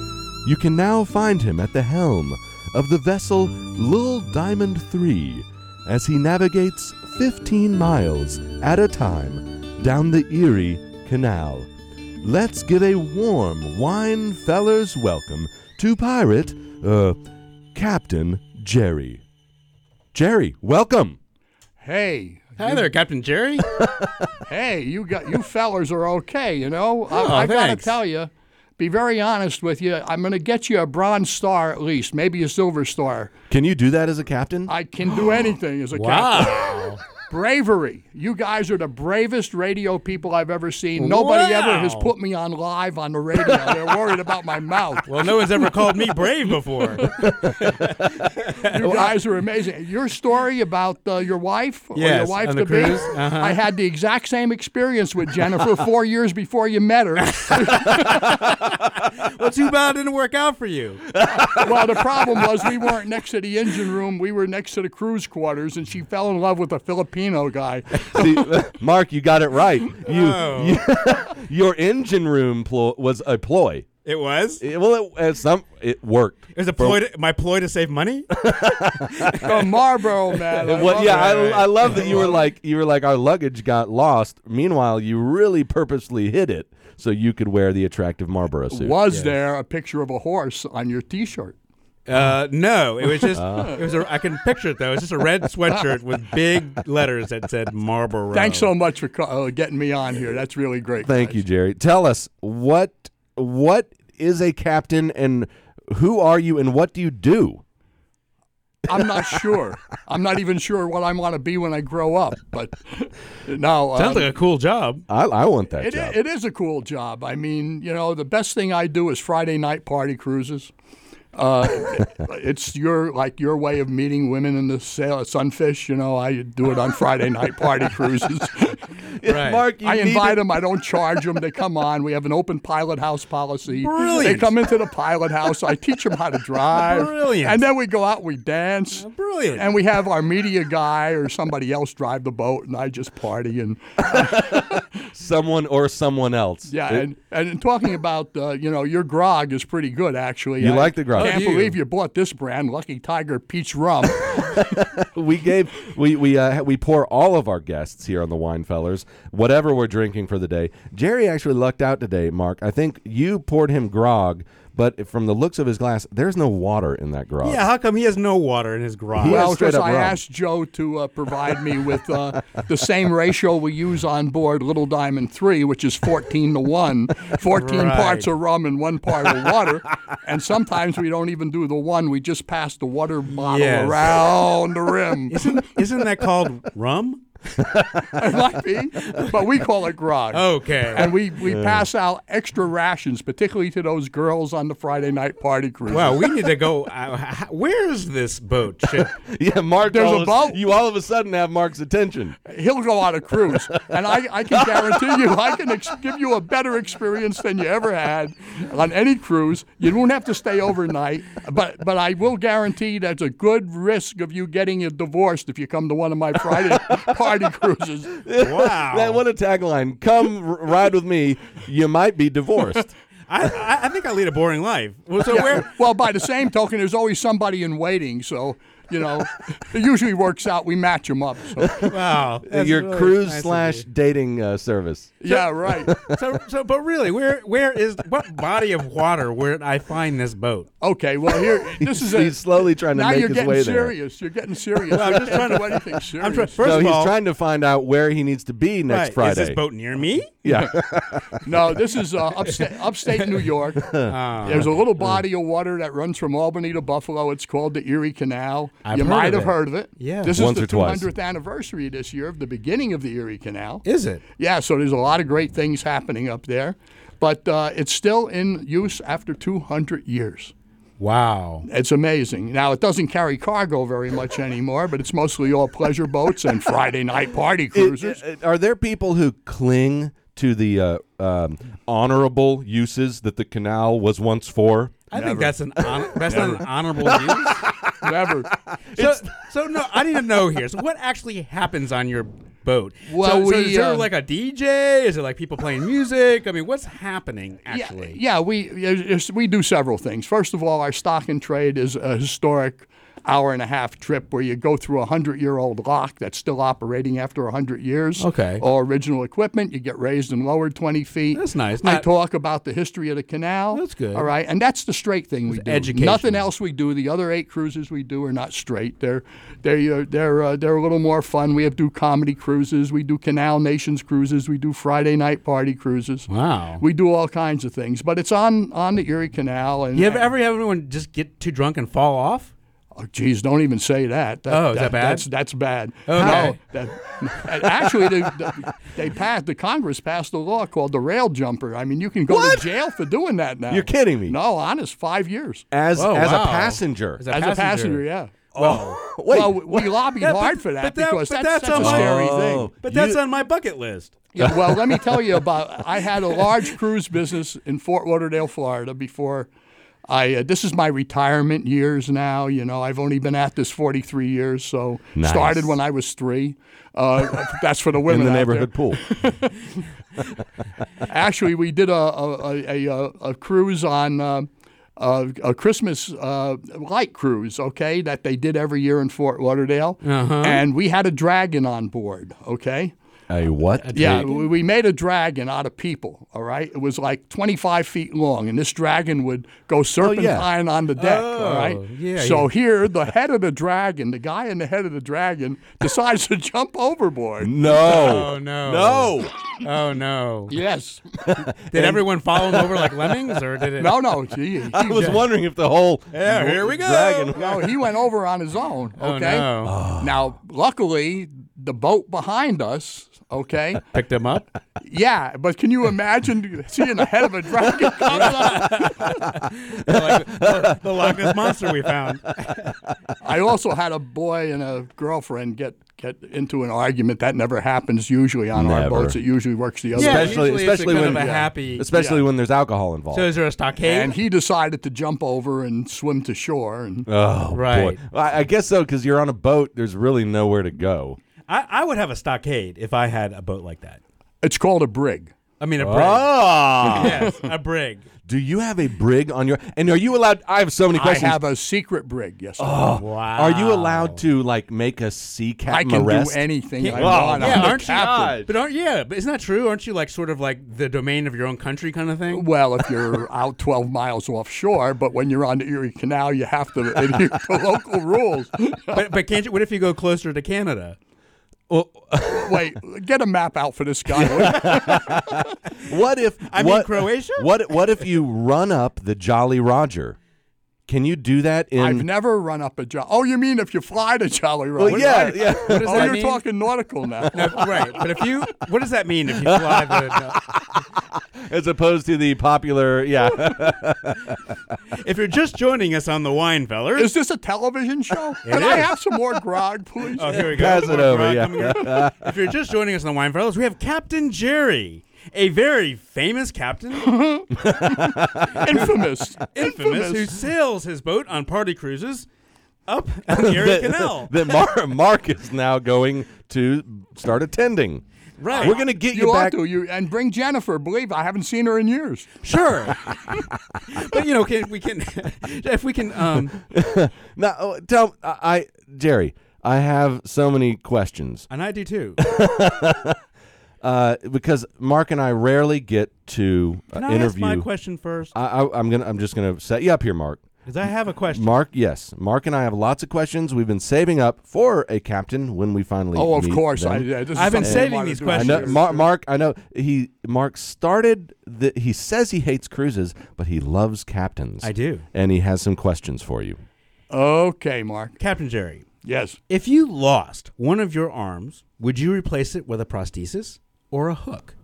E: you can now find him at the helm of the vessel Lil Diamond 3 as he navigates 15 miles at a time down the Erie Canal. Let's give a warm wine fellers welcome to pirate, uh, Captain Jerry. Jerry, welcome.
G: Hey,
D: Hi there, Captain Jerry.
G: hey, you got you fellers are okay. You know,
D: Oh,
G: I, I gotta
D: thanks.
G: tell you, be very honest with you. I'm gonna get you a bronze star at least, maybe a silver star.
E: Can you do that as a captain?
G: I can do anything as a captain.
D: wow.
G: Bravery. You guys are the bravest radio people I've ever seen. Nobody ever has
D: Wow.
G: put me on live on the radio. They're worried about my mouth.
D: Well, no one's ever called me brave before.
G: You guys are amazing. Your story about uh, your wife or your
D: Yes,
G: wife
D: on
G: to
D: the
G: be,
D: cruise, uh-huh.
G: I had the exact same experience with Jennifer four years before you met her.
D: well, too bad it didn't work out for you.
G: well, the problem was we weren't next to the engine room. We were next to the crew's quarters, and she fell in love with a Filipino guy.
E: See, uh, Mark, you got it right. You, you your engine room plo- was a ploy.
D: It was. It
E: It- well, it, uh, some it worked.
D: was a ploy. To, my ploy to save money.
G: The Marlboro man. I
E: What,
G: love
E: yeah,
G: it.
E: I, I love that you were like you were like our luggage got lost. Meanwhile, you really purposely hid it so you could wear the attractive Marlboro suit.
G: Was there a picture of a horse on your T-shirt?
D: Uh, no, it was just.
G: Uh.
D: It was. A, I can picture it though. It's just a red sweatshirt with big letters that said Marlboro.
G: Thanks so much for ca- uh, getting me on here. That's really great.
E: Thank you, Jerry. Tell us what what is a captain and who are you and what do you do?
G: I'm not sure. I'm not even sure what I want to be when I grow up. But no, um,
D: Sounds like a cool job.
E: I, I want that
G: It, i-
E: job.
G: it is a cool job. I mean, you know, the best thing I do is Friday night party cruises. Uh, it's your like your way of meeting women in the sail, sunfish. You know, I do it on Friday night party cruises.
D: Right.
E: Mark, you
G: I
E: need
G: invite
E: to-
G: them. I don't charge them. They come on. We have an open pilot house policy. They
D: Brilliant.
G: come into the pilot house. I teach them how to drive.
D: Brilliant.
G: And then we go out. We dance.
D: Brilliant.
G: And we have our media guy or somebody else drive the boat, and I just party and.
E: someone or someone else.
G: Yeah,
E: It-
G: and, and in talking about uh, you know your grog is pretty good actually.
E: You
G: I
E: like the grog.
G: Can't
D: Oh, do
G: believe you bought this brand, Lucky Tiger Peach Rum.
E: we gave we we uh, we pour all of our guests here on the Wine Fellers whatever we're drinking for the day. Jerry actually lucked out today, Mark. I think you poured him grog, but from the looks of his glass, there's no water in that grog.
D: Yeah. How come he has no water in his garage?
E: He has
G: well,
E: straight
G: because
E: up
G: I
E: rum.
G: asked Joe to uh, provide me with uh, the same ratio we use on board Little Diamond Three, which is fourteen to one. Fourteen
D: Right.
G: parts of rum and one part of water, and sometimes we don't even do the one. We just pass the water bottle
D: Yes.
G: around the rim.
D: Isn't isn't that called rum?
G: it might be, but we call it grog.
D: Okay.
G: and we, we pass out extra rations, particularly to those girls on the Friday night party cruise.
D: Wow, we need to go. Uh, h- where is this boat ship?
E: yeah Mark.
G: There's
E: all
G: a
E: of-
G: boat.
E: You all of a sudden have Mark's attention.
G: he'll go on a cruise, and I, I can guarantee you, I can ex- give you a better experience than you ever had on any cruise. You won't have to stay overnight, but but I will guarantee that's a good risk of you getting a divorce if you come to one of my Friday party cruises.
D: Wow.
E: That what a tagline! Come r- ride with me. You might be divorced.
D: I, I, I think I lead a boring life. Well, so where?
G: Well, by the same token, there's always somebody in waiting, so you know, it usually works out. We match them up. So.
D: Wow. that's
E: Your
D: really
E: cruise
D: nice of
E: slash
D: you.
E: dating uh, service.
G: Yeah, right.
D: So, so, but really, where, where is what body of water where I find this boat?
G: Okay, well here, this is
E: He's
G: a,
E: slowly trying to
G: now
E: make
G: you're
E: his
G: getting
E: way
G: serious. You're getting serious. I'm just trying to do anything serious.
D: I'm trying, first
E: there. No,
D: of
E: he's
D: all,
E: trying to find out where he needs to be
D: right,
E: next
D: Is
E: Friday.
D: this boat near me?
E: Yeah.
G: No, this is uh, upstate, upstate New York.
D: Uh,
G: There's a
E: Mm.
G: little body of water that runs from Albany to Buffalo. It's called the Erie Canal.
D: I've
G: you
D: heard
G: might
D: of
G: have
D: it.
G: heard of it.
D: Yeah.
G: This
E: Once
G: is
E: or
G: the
E: twice.
G: 200th anniversary this year of the beginning of the Erie Canal.
D: Is it?
G: yeah, so there's a lot of great things happening up there. But uh, it's still in use after 200 years.
D: Wow.
G: It's amazing. Now, it doesn't carry cargo very much anymore, but it's mostly all pleasure boats and Friday night party
E: It-
G: cruisers.
E: it- are there people who cling to the uh, um, honorable uses that the canal was once for?
D: I think that's an honor, that's not an honorable use.
G: Never.
D: So, so no, I need to know here. So what actually happens on your boat? So-
G: Well,
D: so, is
G: we,
D: there
E: um,
G: uh,
D: like a DJ? Is it like people playing music? I mean, what's happening
G: Yeah,
D: actually?
G: Yeah, we yes, we do several things. First of all, our stock and trade is a historic hour and a half trip where you go through a hundred year old lock that's still operating after a hundred years.
D: Okay.
G: All original equipment. You get raised and lowered twenty feet.
D: That's nice.
G: I
D: Not-
G: talk about the history of the canal.
D: That's good.
G: All right, and that's the straight thing we do.
D: educational.
G: Nothing else we do. The other eight cruises we do are not straight. They're they're uh, they're uh, they're a little more fun. We have do comedy cruises. We do Canal Nations cruises. We do Friday night party cruises.
D: Wow.
G: We do all kinds of things, but it's on on the Erie Canal. And
D: You ever, ever have anyone just get too drunk and fall off?
G: oh, geez, don't even say that.
D: Oh, is that bad?
G: That's that's bad.
D: Okay.
G: No, that- and actually, they, they passed the Congress passed a law called the rail jumper. I mean, you can go
E: What?
G: to jail for doing that now.
E: You're kidding me.
G: No, honest, five years
E: As
D: Whoa,
E: as
D: wow.
E: a passenger. Oh,
D: Is that-
G: as a passenger. Yeah.
D: Well,
E: Wait,
G: well, we- we lobbied
D: Yeah, but-
G: hard for that
D: but that-
G: because
D: but
G: that's,
D: that's
G: that's a
D: on my-
G: scary
E: Oh.
G: thing.
D: but
E: You-
D: that's on my bucket list.
G: Yeah, well, let me tell you about. I had a large cruise business in Fort Lauderdale, Florida, before I. Uh, this is my retirement years now. You know, I've only been at this 43 years, so started when I was three. Uh, that's for the women
E: in the
G: out there.
E: neighborhood pool.
G: Actually, we did a a, a, a, a cruise on. Uh, uh, a Christmas uh, light cruise, okay, that they did every year in Fort Lauderdale,
E: Uh-huh.
G: and we had a dragon on board, okay.
E: A what?
G: Yeah, we we made a dragon out of people. All right, it was like 25 feet long, and this dragon would go serpentine on the deck. all right,
D: yeah,
G: So here, the head of the dragon, the guy in the head of the dragon, decides to jump overboard.
E: No.
D: Oh, no.
E: No.
D: Oh no!
G: Yes.
D: Did everyone follow him over like lemmings, or did it?
G: No, no. He, he,
E: I was wondering if the whole
D: Yeah, here we go.
E: dragon-
G: no, he went over on his own.
D: Oh,
G: Okay.
D: no.
G: Now, luckily, the boat behind us. Okay.
D: Picked him up.
G: Yeah, but can you imagine seeing the head of a dragon coming up?
D: like the, the Loch Ness monster we found.
G: I also had a boy and a girlfriend get get into an argument. That never happens usually on
E: Never.
G: our boats. It usually works the other
D: Yeah,
G: way.
E: Especially,
D: usually it's a
E: especially
D: kind
E: when,
D: of a happy-
E: especially
G: yeah.
E: when there's alcohol involved.
D: So is there a stockade?
G: And he decided to jump over and swim to shore. And
D: Uh.
E: oh,
D: Right.
E: boy. I, I guess so, because you're on a boat. There's really nowhere to go.
D: I, I would have a stockade if I had a boat like that.
G: it's called a brig.
D: I mean, a brig.
E: Ah.
D: Yes, a brig.
E: Do you have a brig on your? And are you allowed? I have so many
G: I
E: questions.
G: have a secret brig. Yes, I do.
D: Wow.
E: Are you allowed to like make a sea
G: I
E: captain
G: can do
E: arrest?
G: anything
D: Can't-
G: I
E: Wow.
G: want.
D: Yeah,
G: I'm the
D: aren't you-
G: captain.
D: But aren't yeah? But isn't that true? Aren't you like sort of like the domain of your own country kind of thing?
G: Well, if you're out 12 miles offshore, but when you're on the Erie Canal, you have to adhere to local rules.
D: but but can't you? What if you go closer to Canada?
G: Wait, get a map out for this guy. will you?
E: What if
D: I mean,
E: what,
D: Croatia?
E: What what if you run up the Jolly Roger? Can you do that in?
G: I've never run up a Jolly. Oh, you mean if you fly the Jolly Roger?
E: well, yeah,
G: I-
E: yeah.
D: What does
G: Oh,
D: that
G: you're
D: mean?
G: talking nautical now.
D: No, right. But if you, what does that mean if you fly the?
E: As opposed to the popular, yeah.
D: if you're just joining us on the wine, fellers.
G: Is this a television show? Can I have some more grog, please?
D: Oh, here we go.
E: Pass it
D: Mark
E: over,
D: Rock
E: yeah.
D: coming here. if you're just joining us on the Wine Fellows, we have Captain Jerry, a very famous captain, infamous,
G: Infamous.
D: who sails his boat on party cruises up on the Erie Canal.
E: that Mar- Mark is now going to start attending.
D: Right.
E: We're going to get you,
G: You ought
E: back.
G: to. You and bring Jennifer. Believe I haven't seen her in years.
D: Sure, but you know, can, we can if we can. Um,
E: Now, oh, tell I, I Jerry, I have so many questions
D: and I do too.
E: uh, because Mark and I rarely get to uh,
D: Can I ask
E: interview.
D: my question first?
E: I, I, I'm gonna. I'm just gonna set you up here, Mark.
D: Because I have a question.
E: Mark, yes, Mark and I have lots of questions. We've been saving up for a captain when we finally.
G: Oh, of
E: meet
G: course.
E: them.
G: I, yeah, this is
D: I've been
G: something I
D: saving
G: wanted
D: these
G: to do. I
E: I
G: know-
E: know,
D: questions.
E: Mar- Mark. I know he. Mark started. The, he says he hates cruises, but he loves captains.
D: I do.
E: and he has some questions for you.
G: Okay, Mark.
D: Captain Jerry,
G: Yes.
D: if you lost one of your arms, would you replace it with a prosthesis or a hook?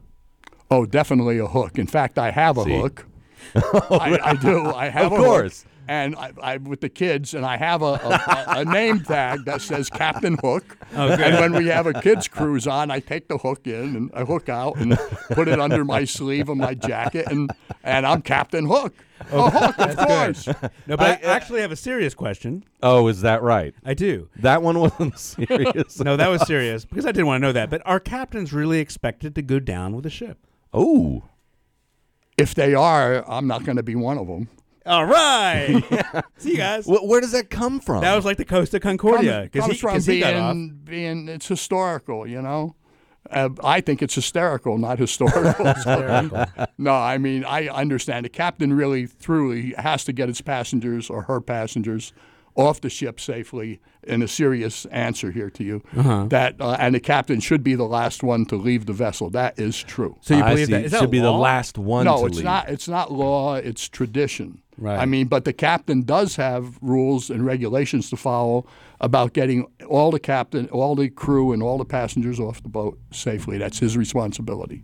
G: Oh, definitely a hook. In fact, I have a hook. I, I do. I have
E: Oh, Of
G: a hook.
E: course.
G: And I, I with the kids, and I have a, a, a name tag that says Captain Hook. and when we have a kids cruise on, I take the hook in and I hook out and put it under my sleeve of my jacket, and and I'm Captain Hook. a hook, of course.
D: No, but I,
E: uh,
D: actually have a serious question.
E: Oh, is that right?
D: I do.
E: That one wasn't serious.
D: No, that was serious because I didn't want to know that. But are captains really expected to go down with the ship?
E: Oh,
G: If they are, I'm not going to be one of them.
D: All right. See you guys.
E: Wh- where does that come from?
D: that was like the Costa Concordia
G: comes,
D: because he,
G: comes from
D: 'cause he got off.
G: being, being it's historical, you know. Uh, I think it's hysterical, not historical. no, I mean I understand the captain really truly has to get his passengers or her passengers off the ship safely. In a serious answer here to you,
D: Uh-huh.
G: that uh, and the captain should be the last one to leave the vessel. That is true.
D: So you
E: I
D: believe
E: see.
D: that? Is that
E: should be the
D: law?
E: last one.
G: No,
E: to
G: it's
E: leave.
G: not. It's not law. It's tradition.
D: Right.
G: I mean, but the captain does have rules and regulations to follow about getting all the captain, all the crew, and all the passengers off the boat safely. That's his responsibility.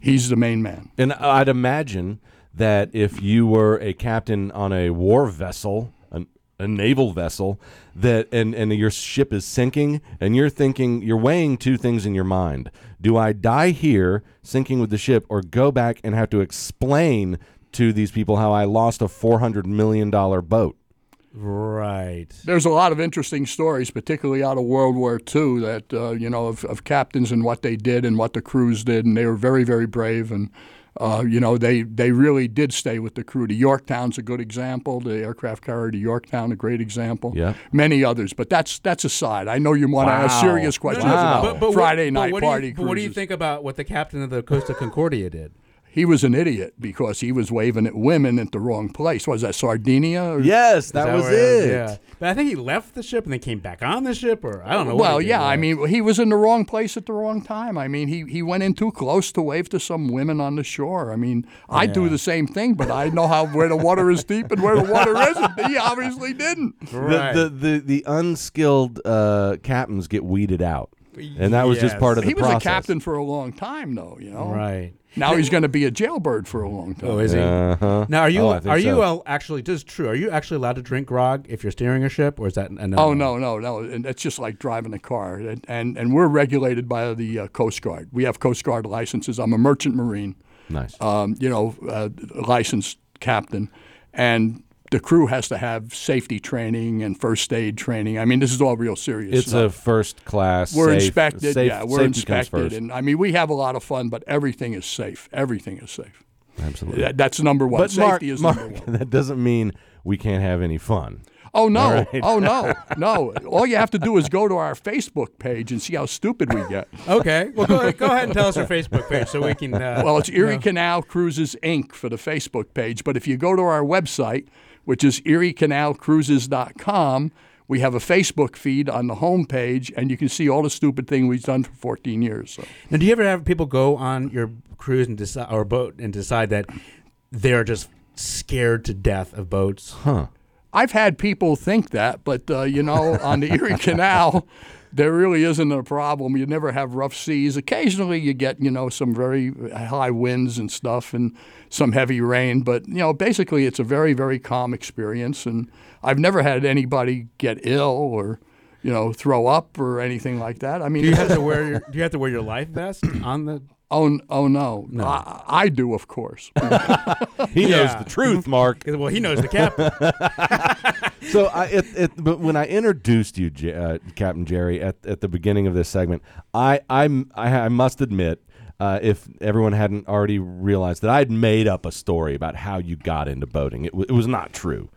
G: He's the main man.
E: And I'd imagine that if you were a captain on a war vessel, an, a naval vessel, that and, and your ship is sinking, and you're thinking, you're weighing two things in your mind: do I die here, sinking with the ship, or go back and have to explain to these people how I lost a four hundred million dollar boat?
D: Right.
G: There's a lot of interesting stories, particularly out of World War II, that uh, you know of, of captains and what they did and what the crews did, and they were very, very brave and. Uh, you know, they, they really did stay with the crew. The Yorktown's a good example. The aircraft carrier, the Yorktown, a great example.
E: Yeah.
G: Many others, but that's that's aside. I know you want to ask
E: Wow.
G: serious questions
E: Wow.
G: about Friday night
D: what Do
G: party
D: you, but what do you
G: cruises.
D: think about what the captain of the Costa Concordia did?
G: He was an idiot because he was waving at women at the wrong place. Was that Sardinia? Or
E: Yes, that, was it.
D: Yeah. But I think he left the ship and then came back on the ship, or I don't know. what
G: Well,
D: he did,
G: yeah, I
D: right?
G: mean, he was in the wrong place at the wrong time. I mean, he, he went in too close to wave to some women on the shore. I mean, I do the same thing, but I know how where the water is deep and where the water isn't. He obviously didn't.
D: Right.
E: The, the the the unskilled uh, captains get weeded out, and that was just
D: Yes.
E: part of the
G: He was
E: process.
G: a captain for a long time, though. You know,
D: right.
G: now he's going to be a jailbird for a long time.
D: Oh, is he?
E: Uh-huh.
D: Now, are you
E: Oh, I think
D: are
E: so.
D: you uh, actually? This is true. Are you actually allowed to drink grog if you're steering a ship, or is that another?
G: Oh no, no, no! And that's just like driving a car, and and, and we're regulated by the uh, Coast Guard. We have Coast Guard licenses. I'm a merchant marine,
E: Nice.
G: um, you know, uh, licensed captain, and the crew has to have safety training and first aid training. I mean, this is all real serious.
E: It's a
G: stuff.
E: first class.
G: we're
E: safe-
G: inspected,
E: safe-
G: yeah, we're
E: safety comes
G: inspected,
E: first.
G: and I mean, we have a lot of fun, but everything is safe. Everything is safe.
E: Absolutely.
G: That, that's number one.
E: but
G: safety
E: Mark,
G: is
E: Mark,
G: number one.
E: that doesn't mean we can't have any fun.
G: Oh no! Oh no! No! All you have to do is go to our Facebook page and see how stupid we get.
D: Okay. Well, go, go ahead and tell us your Facebook page so we can. Uh,
G: Well, it's Erie Canal Cruises Inc. for the Facebook page, but if you go to our website, which is eriecanalcruises.com, we have a Facebook feed on the home page, and you can see all the stupid thing we've done for 14 years. So.
D: now, do you ever have people go on your cruise and decide or boat and decide that they're just scared to death of boats?
G: I've had people think that, but uh, you know, on the Erie Canal, there really isn't a problem. You never have rough seas. Occasionally, you get you know some very high winds and stuff, and some heavy rain. But you know, basically, it's a very very calm experience, and I've never had anybody get ill or you know throw up or anything like that. I mean,
D: Do you have to wear your Do you have to wear your life vest on the?
G: oh oh no, I, I do of course.
E: He
D: Yeah.
E: knows the truth, Mark.
D: 'cause, Well, he knows the captain.
E: So I, it, it, but when I introduced you, J- uh, Captain Jerry, at, at the beginning of this segment, I I'm, I, I must admit, uh, if everyone hadn't already realized that I'd made up a story about how you got into boating, it, w- it was not true.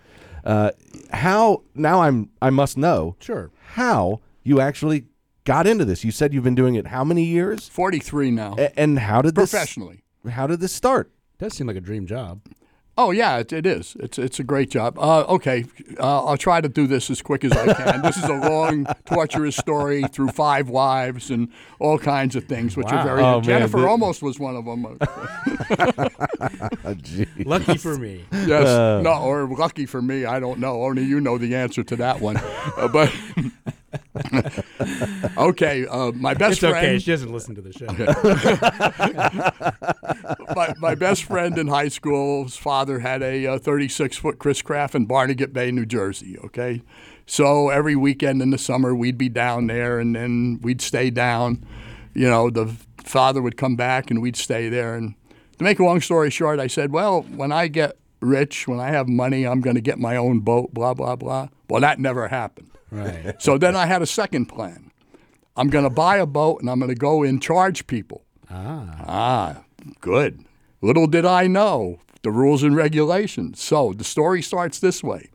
E: Uh, how now I'm I must know.
D: Sure.
E: How you actually got into this? You said you've been doing it how many years?
G: 43 now,
E: A- and how did this
G: professionally.
E: How did this start?
D: Does seem like a dream job.
G: Oh yeah, it, it is. It's it's a great job. Uh, okay, uh, I'll try to do this as quick as I can. this is a long, torturous story through five wives and all kinds of things, which are very.
E: Oh, man,
G: Jennifer
E: thi-
G: almost was one of Uh, them.
E: Oh,
D: Lucky for me.
G: yes,
D: Uh.
G: no, or lucky for me, I don't know. Only you know the answer to that one. Uh, but okay, uh, my best
D: It's okay.
G: friend.
D: She doesn't listen to the show.
G: my, my best friend in high school, his father had a 36 foot Chris Craft in Barnegat Bay, New Jersey. Okay. So every weekend in the summer, we'd be down there and then we'd stay down. You know, the father would come back and we'd stay there. And to make a long story short, I said, Well, when I get rich, when I have money, I'm going to get my own boat, blah, blah, blah. Well, that never happened.
D: Right.
G: So then I had a second plan. I'm going to buy a boat and I'm going to go and charge people. Ah, good. Little did I know the rules and regulations. So the story starts this way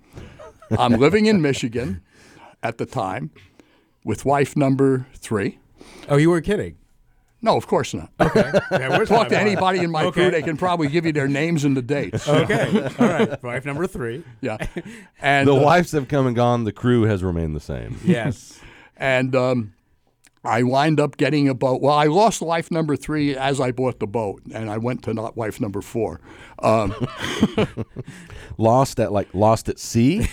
G: I'm living in Michigan at the time with wife number three.
D: Oh, you were kidding.
G: No, of course not.
D: Okay. Yeah, where's
G: Talk
D: my
G: to
D: wife?
G: anybody in my crew,
D: Okay.
G: they can probably give you their names and the dates.
D: Okay. All right. Wife number three.
G: Yeah. And
E: The
G: uh,
E: wives have come and gone. The crew has remained the same.
D: Yes.
G: and um, I wind up getting a boat. Well, I lost wife number three as I bought the boat, and I went to not wife number four. Um,
E: Lost at like lost at sea.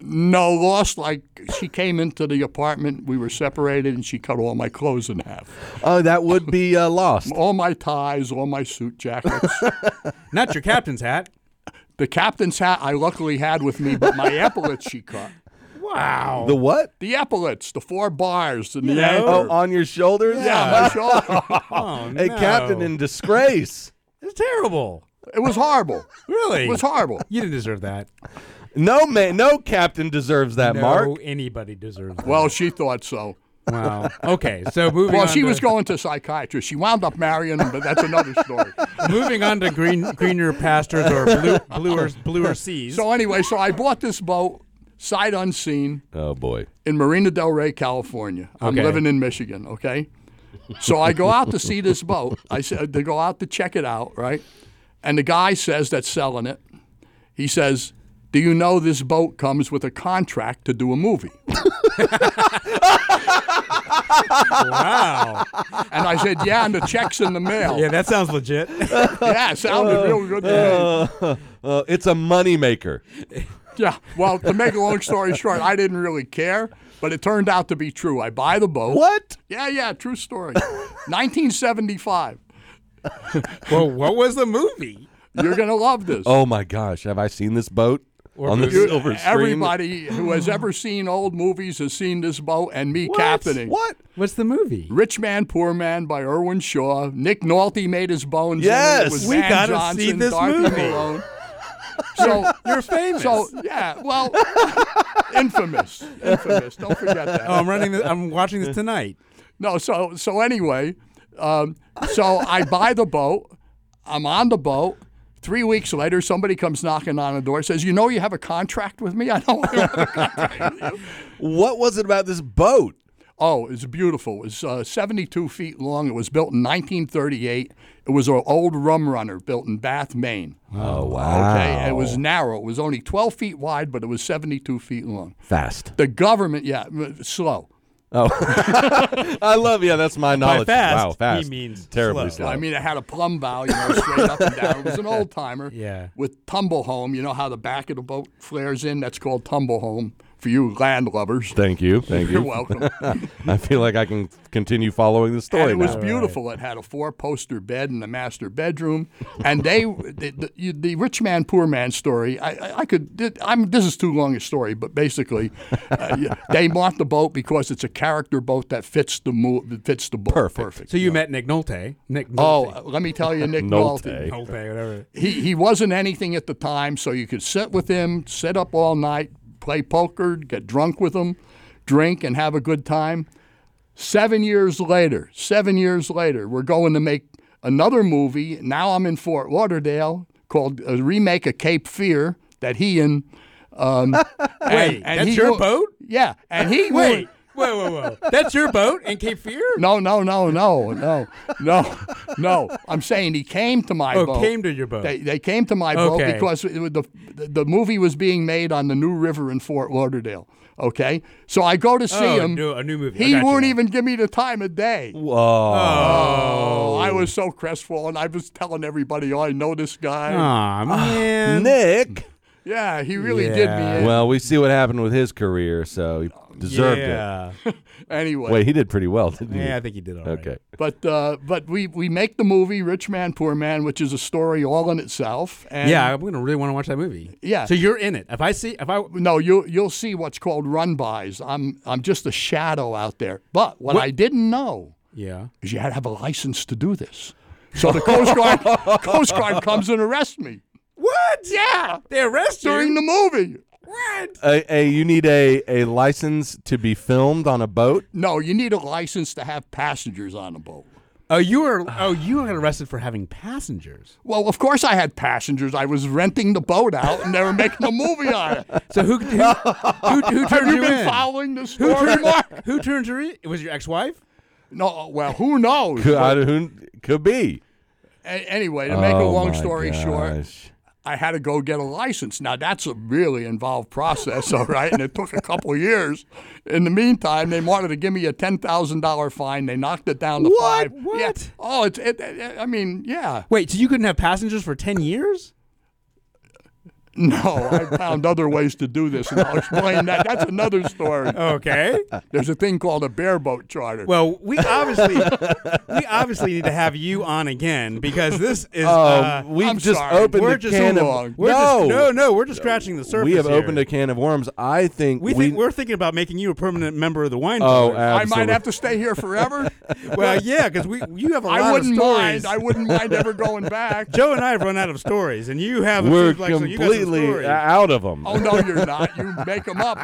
G: no, lost like she came into the apartment. We were separated, and she cut all my clothes in half,
E: Oh, that would be uh, lost.
G: all my ties, all my suit jackets.
D: Not your captain's hat.
G: the captain's hat I luckily had with me, but my epaulets she cut.
D: Wow.
E: The what?
G: The epaulets, the four bars, and the
D: Yeah.
G: anchor.
E: Oh, on your shoulders?
G: yeah, my shoulder.
D: oh,
E: A
D: no.
E: captain in disgrace.
D: It's terrible.
G: It was horrible.
D: Really?
G: It was horrible.
D: You didn't deserve that.
E: No man, no captain deserves that
D: no,
E: mark.
D: anybody deserves that.
G: Well, she thought so.
D: wow. Okay. So moving
G: Well,
D: on
G: she
D: to,
G: was going to psychiatrist. She wound up marrying him, but that's another story.
D: moving on to green greener pastures or blue, bluer bluer seas.
G: so anyway, so I bought this boat sight unseen
E: Oh boy.
G: in Marina Del Rey, California. I'm
D: Okay.
G: living in Michigan, okay? So I go out to see this boat. I said to go out to check it out, right? And the guy says that's selling it. He says, "Do you know this boat comes with a contract to do a movie?"
D: wow.
G: And I said, "Yeah, and the check's in the mail."
D: Yeah, Oh.
G: Yeah,
D: that sounds legit.
G: it sounded real good. to me.
E: Uh, it's a moneymaker.
G: Yeah. Well, to make a long story short, I didn't really care, but it turned out to be true. I buy the boat.
E: What?
G: Yeah, yeah, true story. 1975.
D: well, what was the movie?
G: You're gonna love this.
E: Oh my gosh, have I seen this boat on the
D: movie.
G: You-
E: silver screen?
G: Everybody who has ever seen old movies has seen this boat and me captaining.
E: What?
D: What's the movie?
G: Rich Man, Poor Man by Irwin Shaw. Nick Nolte made his bones. in it.
E: Yes.
G: it was
D: We
G: Van
D: gotta
G: Johnson,
D: see this
G: Dorothy
D: movie.
G: Malone. So
D: You're famous.
G: so yeah, well, infamous, infamous. Don't forget that.
D: oh, I'm running. This, I'm watching this tonight.
G: No, so so anyway, um, so I buy the boat. I'm on the boat. Three weeks later, somebody comes knocking on the door. Says, "You know, you have a contract with me." I don't. Have a contract. with you."
E: What was it about this boat?
G: oh, it's beautiful. It's uh, 72 feet long. It was built in 1938. It was an old rum runner built in Bath, Maine.
E: Oh wow.
G: Okay, and it was narrow. It was only 12 feet wide, but it was 72 feet long.
E: Fast.
G: The government, yeah, m- slow.
E: I love yeah, that's my knowledge.
D: fast,
E: wow, fast.
D: he means
E: terribly
D: slow.
E: slow.
G: I mean, it had a plumb bow, you know, straight up and down. It was an old timer.
D: Yeah.
G: With tumble home, you know how the back of the boat flares in? That's called tumble home for you land lovers.
E: thank you. Thank
G: You're
E: you.
G: welcome.
E: I feel like I can continue following the story.
G: and it was
E: now.
G: beautiful. It had a four-poster bed in the master bedroom, and they the, the, you- the rich man poor man story. I, I, I could I'm this is too long a story, but basically, uh, yeah, they bought the boat because it's a character boat that fits the mo- that fits the boat
E: Perfect.
G: perfect.
D: So you met Nick Nolte. Nick.
G: Oh,
D: Nolte.
G: uh, let me tell you, Nick
E: Nolte.
G: Nolte.
D: Nolte, whatever.
G: he, he wasn't anything at the time, so you could sit with him, sit up all night, play poker, get drunk with them, drink, and have a good time. Seven years later, seven years later, we're going to make another movie. Now I'm in Fort Lauderdale called a remake of Cape Fear that he and. Um,
H: Wait, that's your
G: will-
H: boat?
G: Yeah, and he will-
H: Wait, whoa, whoa, whoa. That's your boat in Cape Fear?
G: no, no, no, no, no, no, no. I'm saying he came to my
H: Oh,
G: boat.
H: came to your boat.
G: They, they came to my
H: Okay.
G: boat because it was the, the movie was being made on the New River in Fort Lauderdale. Okay, so I go to see
H: Oh,
G: him.
H: new- a new movie. I
G: He
H: got you
G: won't
H: now.
G: even give me the time of day. Oh, I was so crestfallen. I was telling everybody, oh, I know this guy.
D: Aw, Ah, man.
E: Nick.
G: Yeah, he really did me. In.
E: Well, we see what happened with his career, so he deserved it.
H: yeah.
G: anyway,
E: Wait, he did pretty well, didn't he?
H: yeah, I think he did all right.
E: Okay.
G: but uh, but we we make the movie Rich Man Poor Man, which is a story all in itself. And
D: Yeah, I'm gonna really want to watch that movie.
G: Yeah.
D: So you're in it. If I see, if I
G: no, you you'll see what's called run bys. I'm I'm just a shadow out there. But what, I didn't know
D: yeah,
G: is you had to have a license to do this. So the Coast Guard Coast Guard comes and arrests me
H: What?
G: Yeah.
H: They arrest
G: during
H: you?
G: the movie.
H: What?
E: A, a, you need a, a license to be filmed on a boat?
G: No, you need a license to have passengers on the boat.
D: oh you were oh you were arrested for having passengers.
G: Well, of course I had passengers. I was renting the boat out and they were making a movie on it.
D: So who who who, who turned
G: Have you
D: in?
G: been following this
D: who
G: story,
D: turned,
G: Mark?
D: who turned you in? Was it your ex-wife?
G: No, well, who knows?
E: Could, I, who, could be.
G: A- anyway, to make a
E: Oh,
G: long
E: my
G: story short,
E: gosh.
G: I had to go get a license. Now that's a really involved process, all right, and it took a couple of years. In the meantime, they wanted to give me a ten thousand dollar fine. They knocked it down to
D: What?
G: five. Yeah.
D: What?
G: Oh, it's. It, it, I mean, yeah.
D: Wait, so you couldn't have passengers for ten years?
G: No, I found other ways to do this, and I'll explain that. That's another story.
D: Okay.
G: There's a thing called a bareboat charter.
D: Well, we obviously we obviously need to have you on again because this is
E: Oh,
D: uh,
E: we've
G: I'm
E: just
G: sorry.
E: opened
D: we're
E: a
D: just
E: can
G: long.
E: of
D: we're
E: no,
D: just, no no we're just scratching the surface.
E: we have
D: here.
E: opened a can of worms. I think
D: We think we, are thinking about making you a permanent member of the wine.
E: Oh,
D: Brothers.
G: I
E: absolutely.
G: might have to stay here forever.
D: well, yeah, because we you have a lot
G: I wouldn't
D: of stories.
G: mind. I wouldn't mind ever going back.
D: Joe and I have run out of stories, and you have. it
E: We're
D: seems like, so you got some
E: completely
D: stories.
E: out of them.
G: Oh no, you're not. You make them up.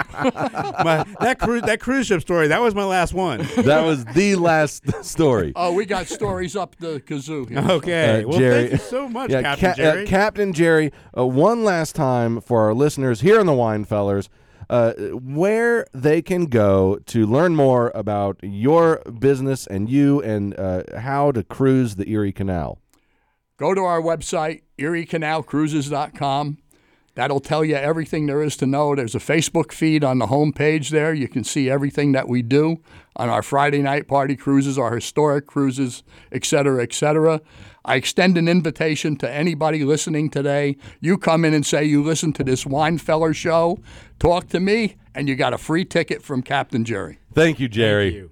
D: My- that cruise that cruise ship story that was my last one.
E: That was the last story.
G: Oh, we got stories up the kazoo here.
D: Okay,
E: Uh,
D: well,
E: Jerry.
D: thank you so much,
E: Yeah,
D: Captain
E: Ca- uh,
D: Jerry.
E: Captain Jerry, uh, one last time for our listeners here in the Wine Fellers, uh, where they can go to learn more about your business and you and uh, how to cruise the Erie Canal.
G: Go to our website, eriecanalcruises.com. That'll tell you everything there is to know. There's a Facebook feed on the homepage there. You can see everything that we do on our Friday night party cruises, our historic cruises, et cetera, et cetera. I extend an invitation to anybody listening today. You come in and say you listen to this Winefeller show, talk to me, and you got a free ticket from Captain Jerry.
E: Thank you, Jerry.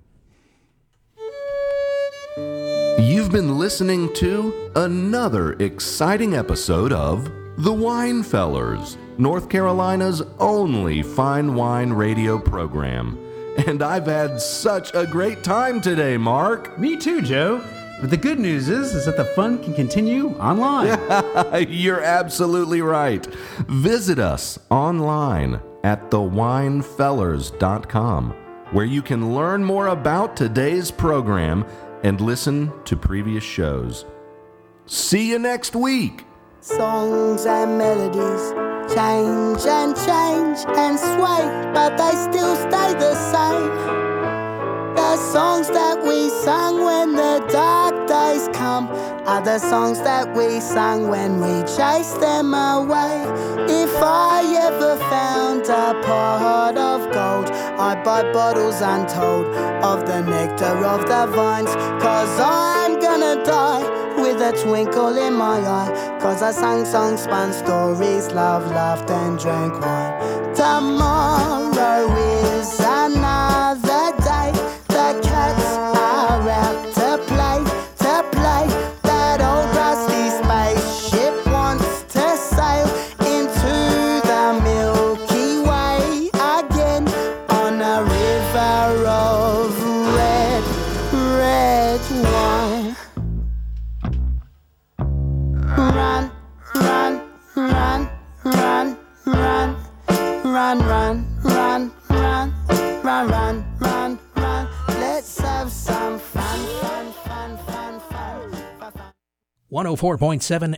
I: You've been listening to another exciting episode of The Wine Fellers, North Carolina's only fine wine radio program. And I've had such a great time today, Mark.
J: Me too, Joe. But the good news is, is that the fun can continue online.
I: You're absolutely right. Visit us online at thewinefellers.com, where you can learn more about today's program and listen to previous shows. See you next week.
A: Songs and melodies change and change and sway, but they still stay the same. The songs that we sung when the dark days come are the songs that we sung when we chased them away. If I ever found a pot of gold, I'd buy bottles untold of the nectar of the vines. Cause I'm gonna die with a twinkle in my eye. Cause I sang songs, spun stories, love, laughed, and drank wine. Tomorrow is another day. The cats are out to play, to play. That old rusty spaceship wants to sail into the Milky Way again on a river of red, red wine. Run, run, run, run, run, run. run, run, run, run, run, run, run, run. Let's have some fun, fun, fun, fun, fun.
K: 104.7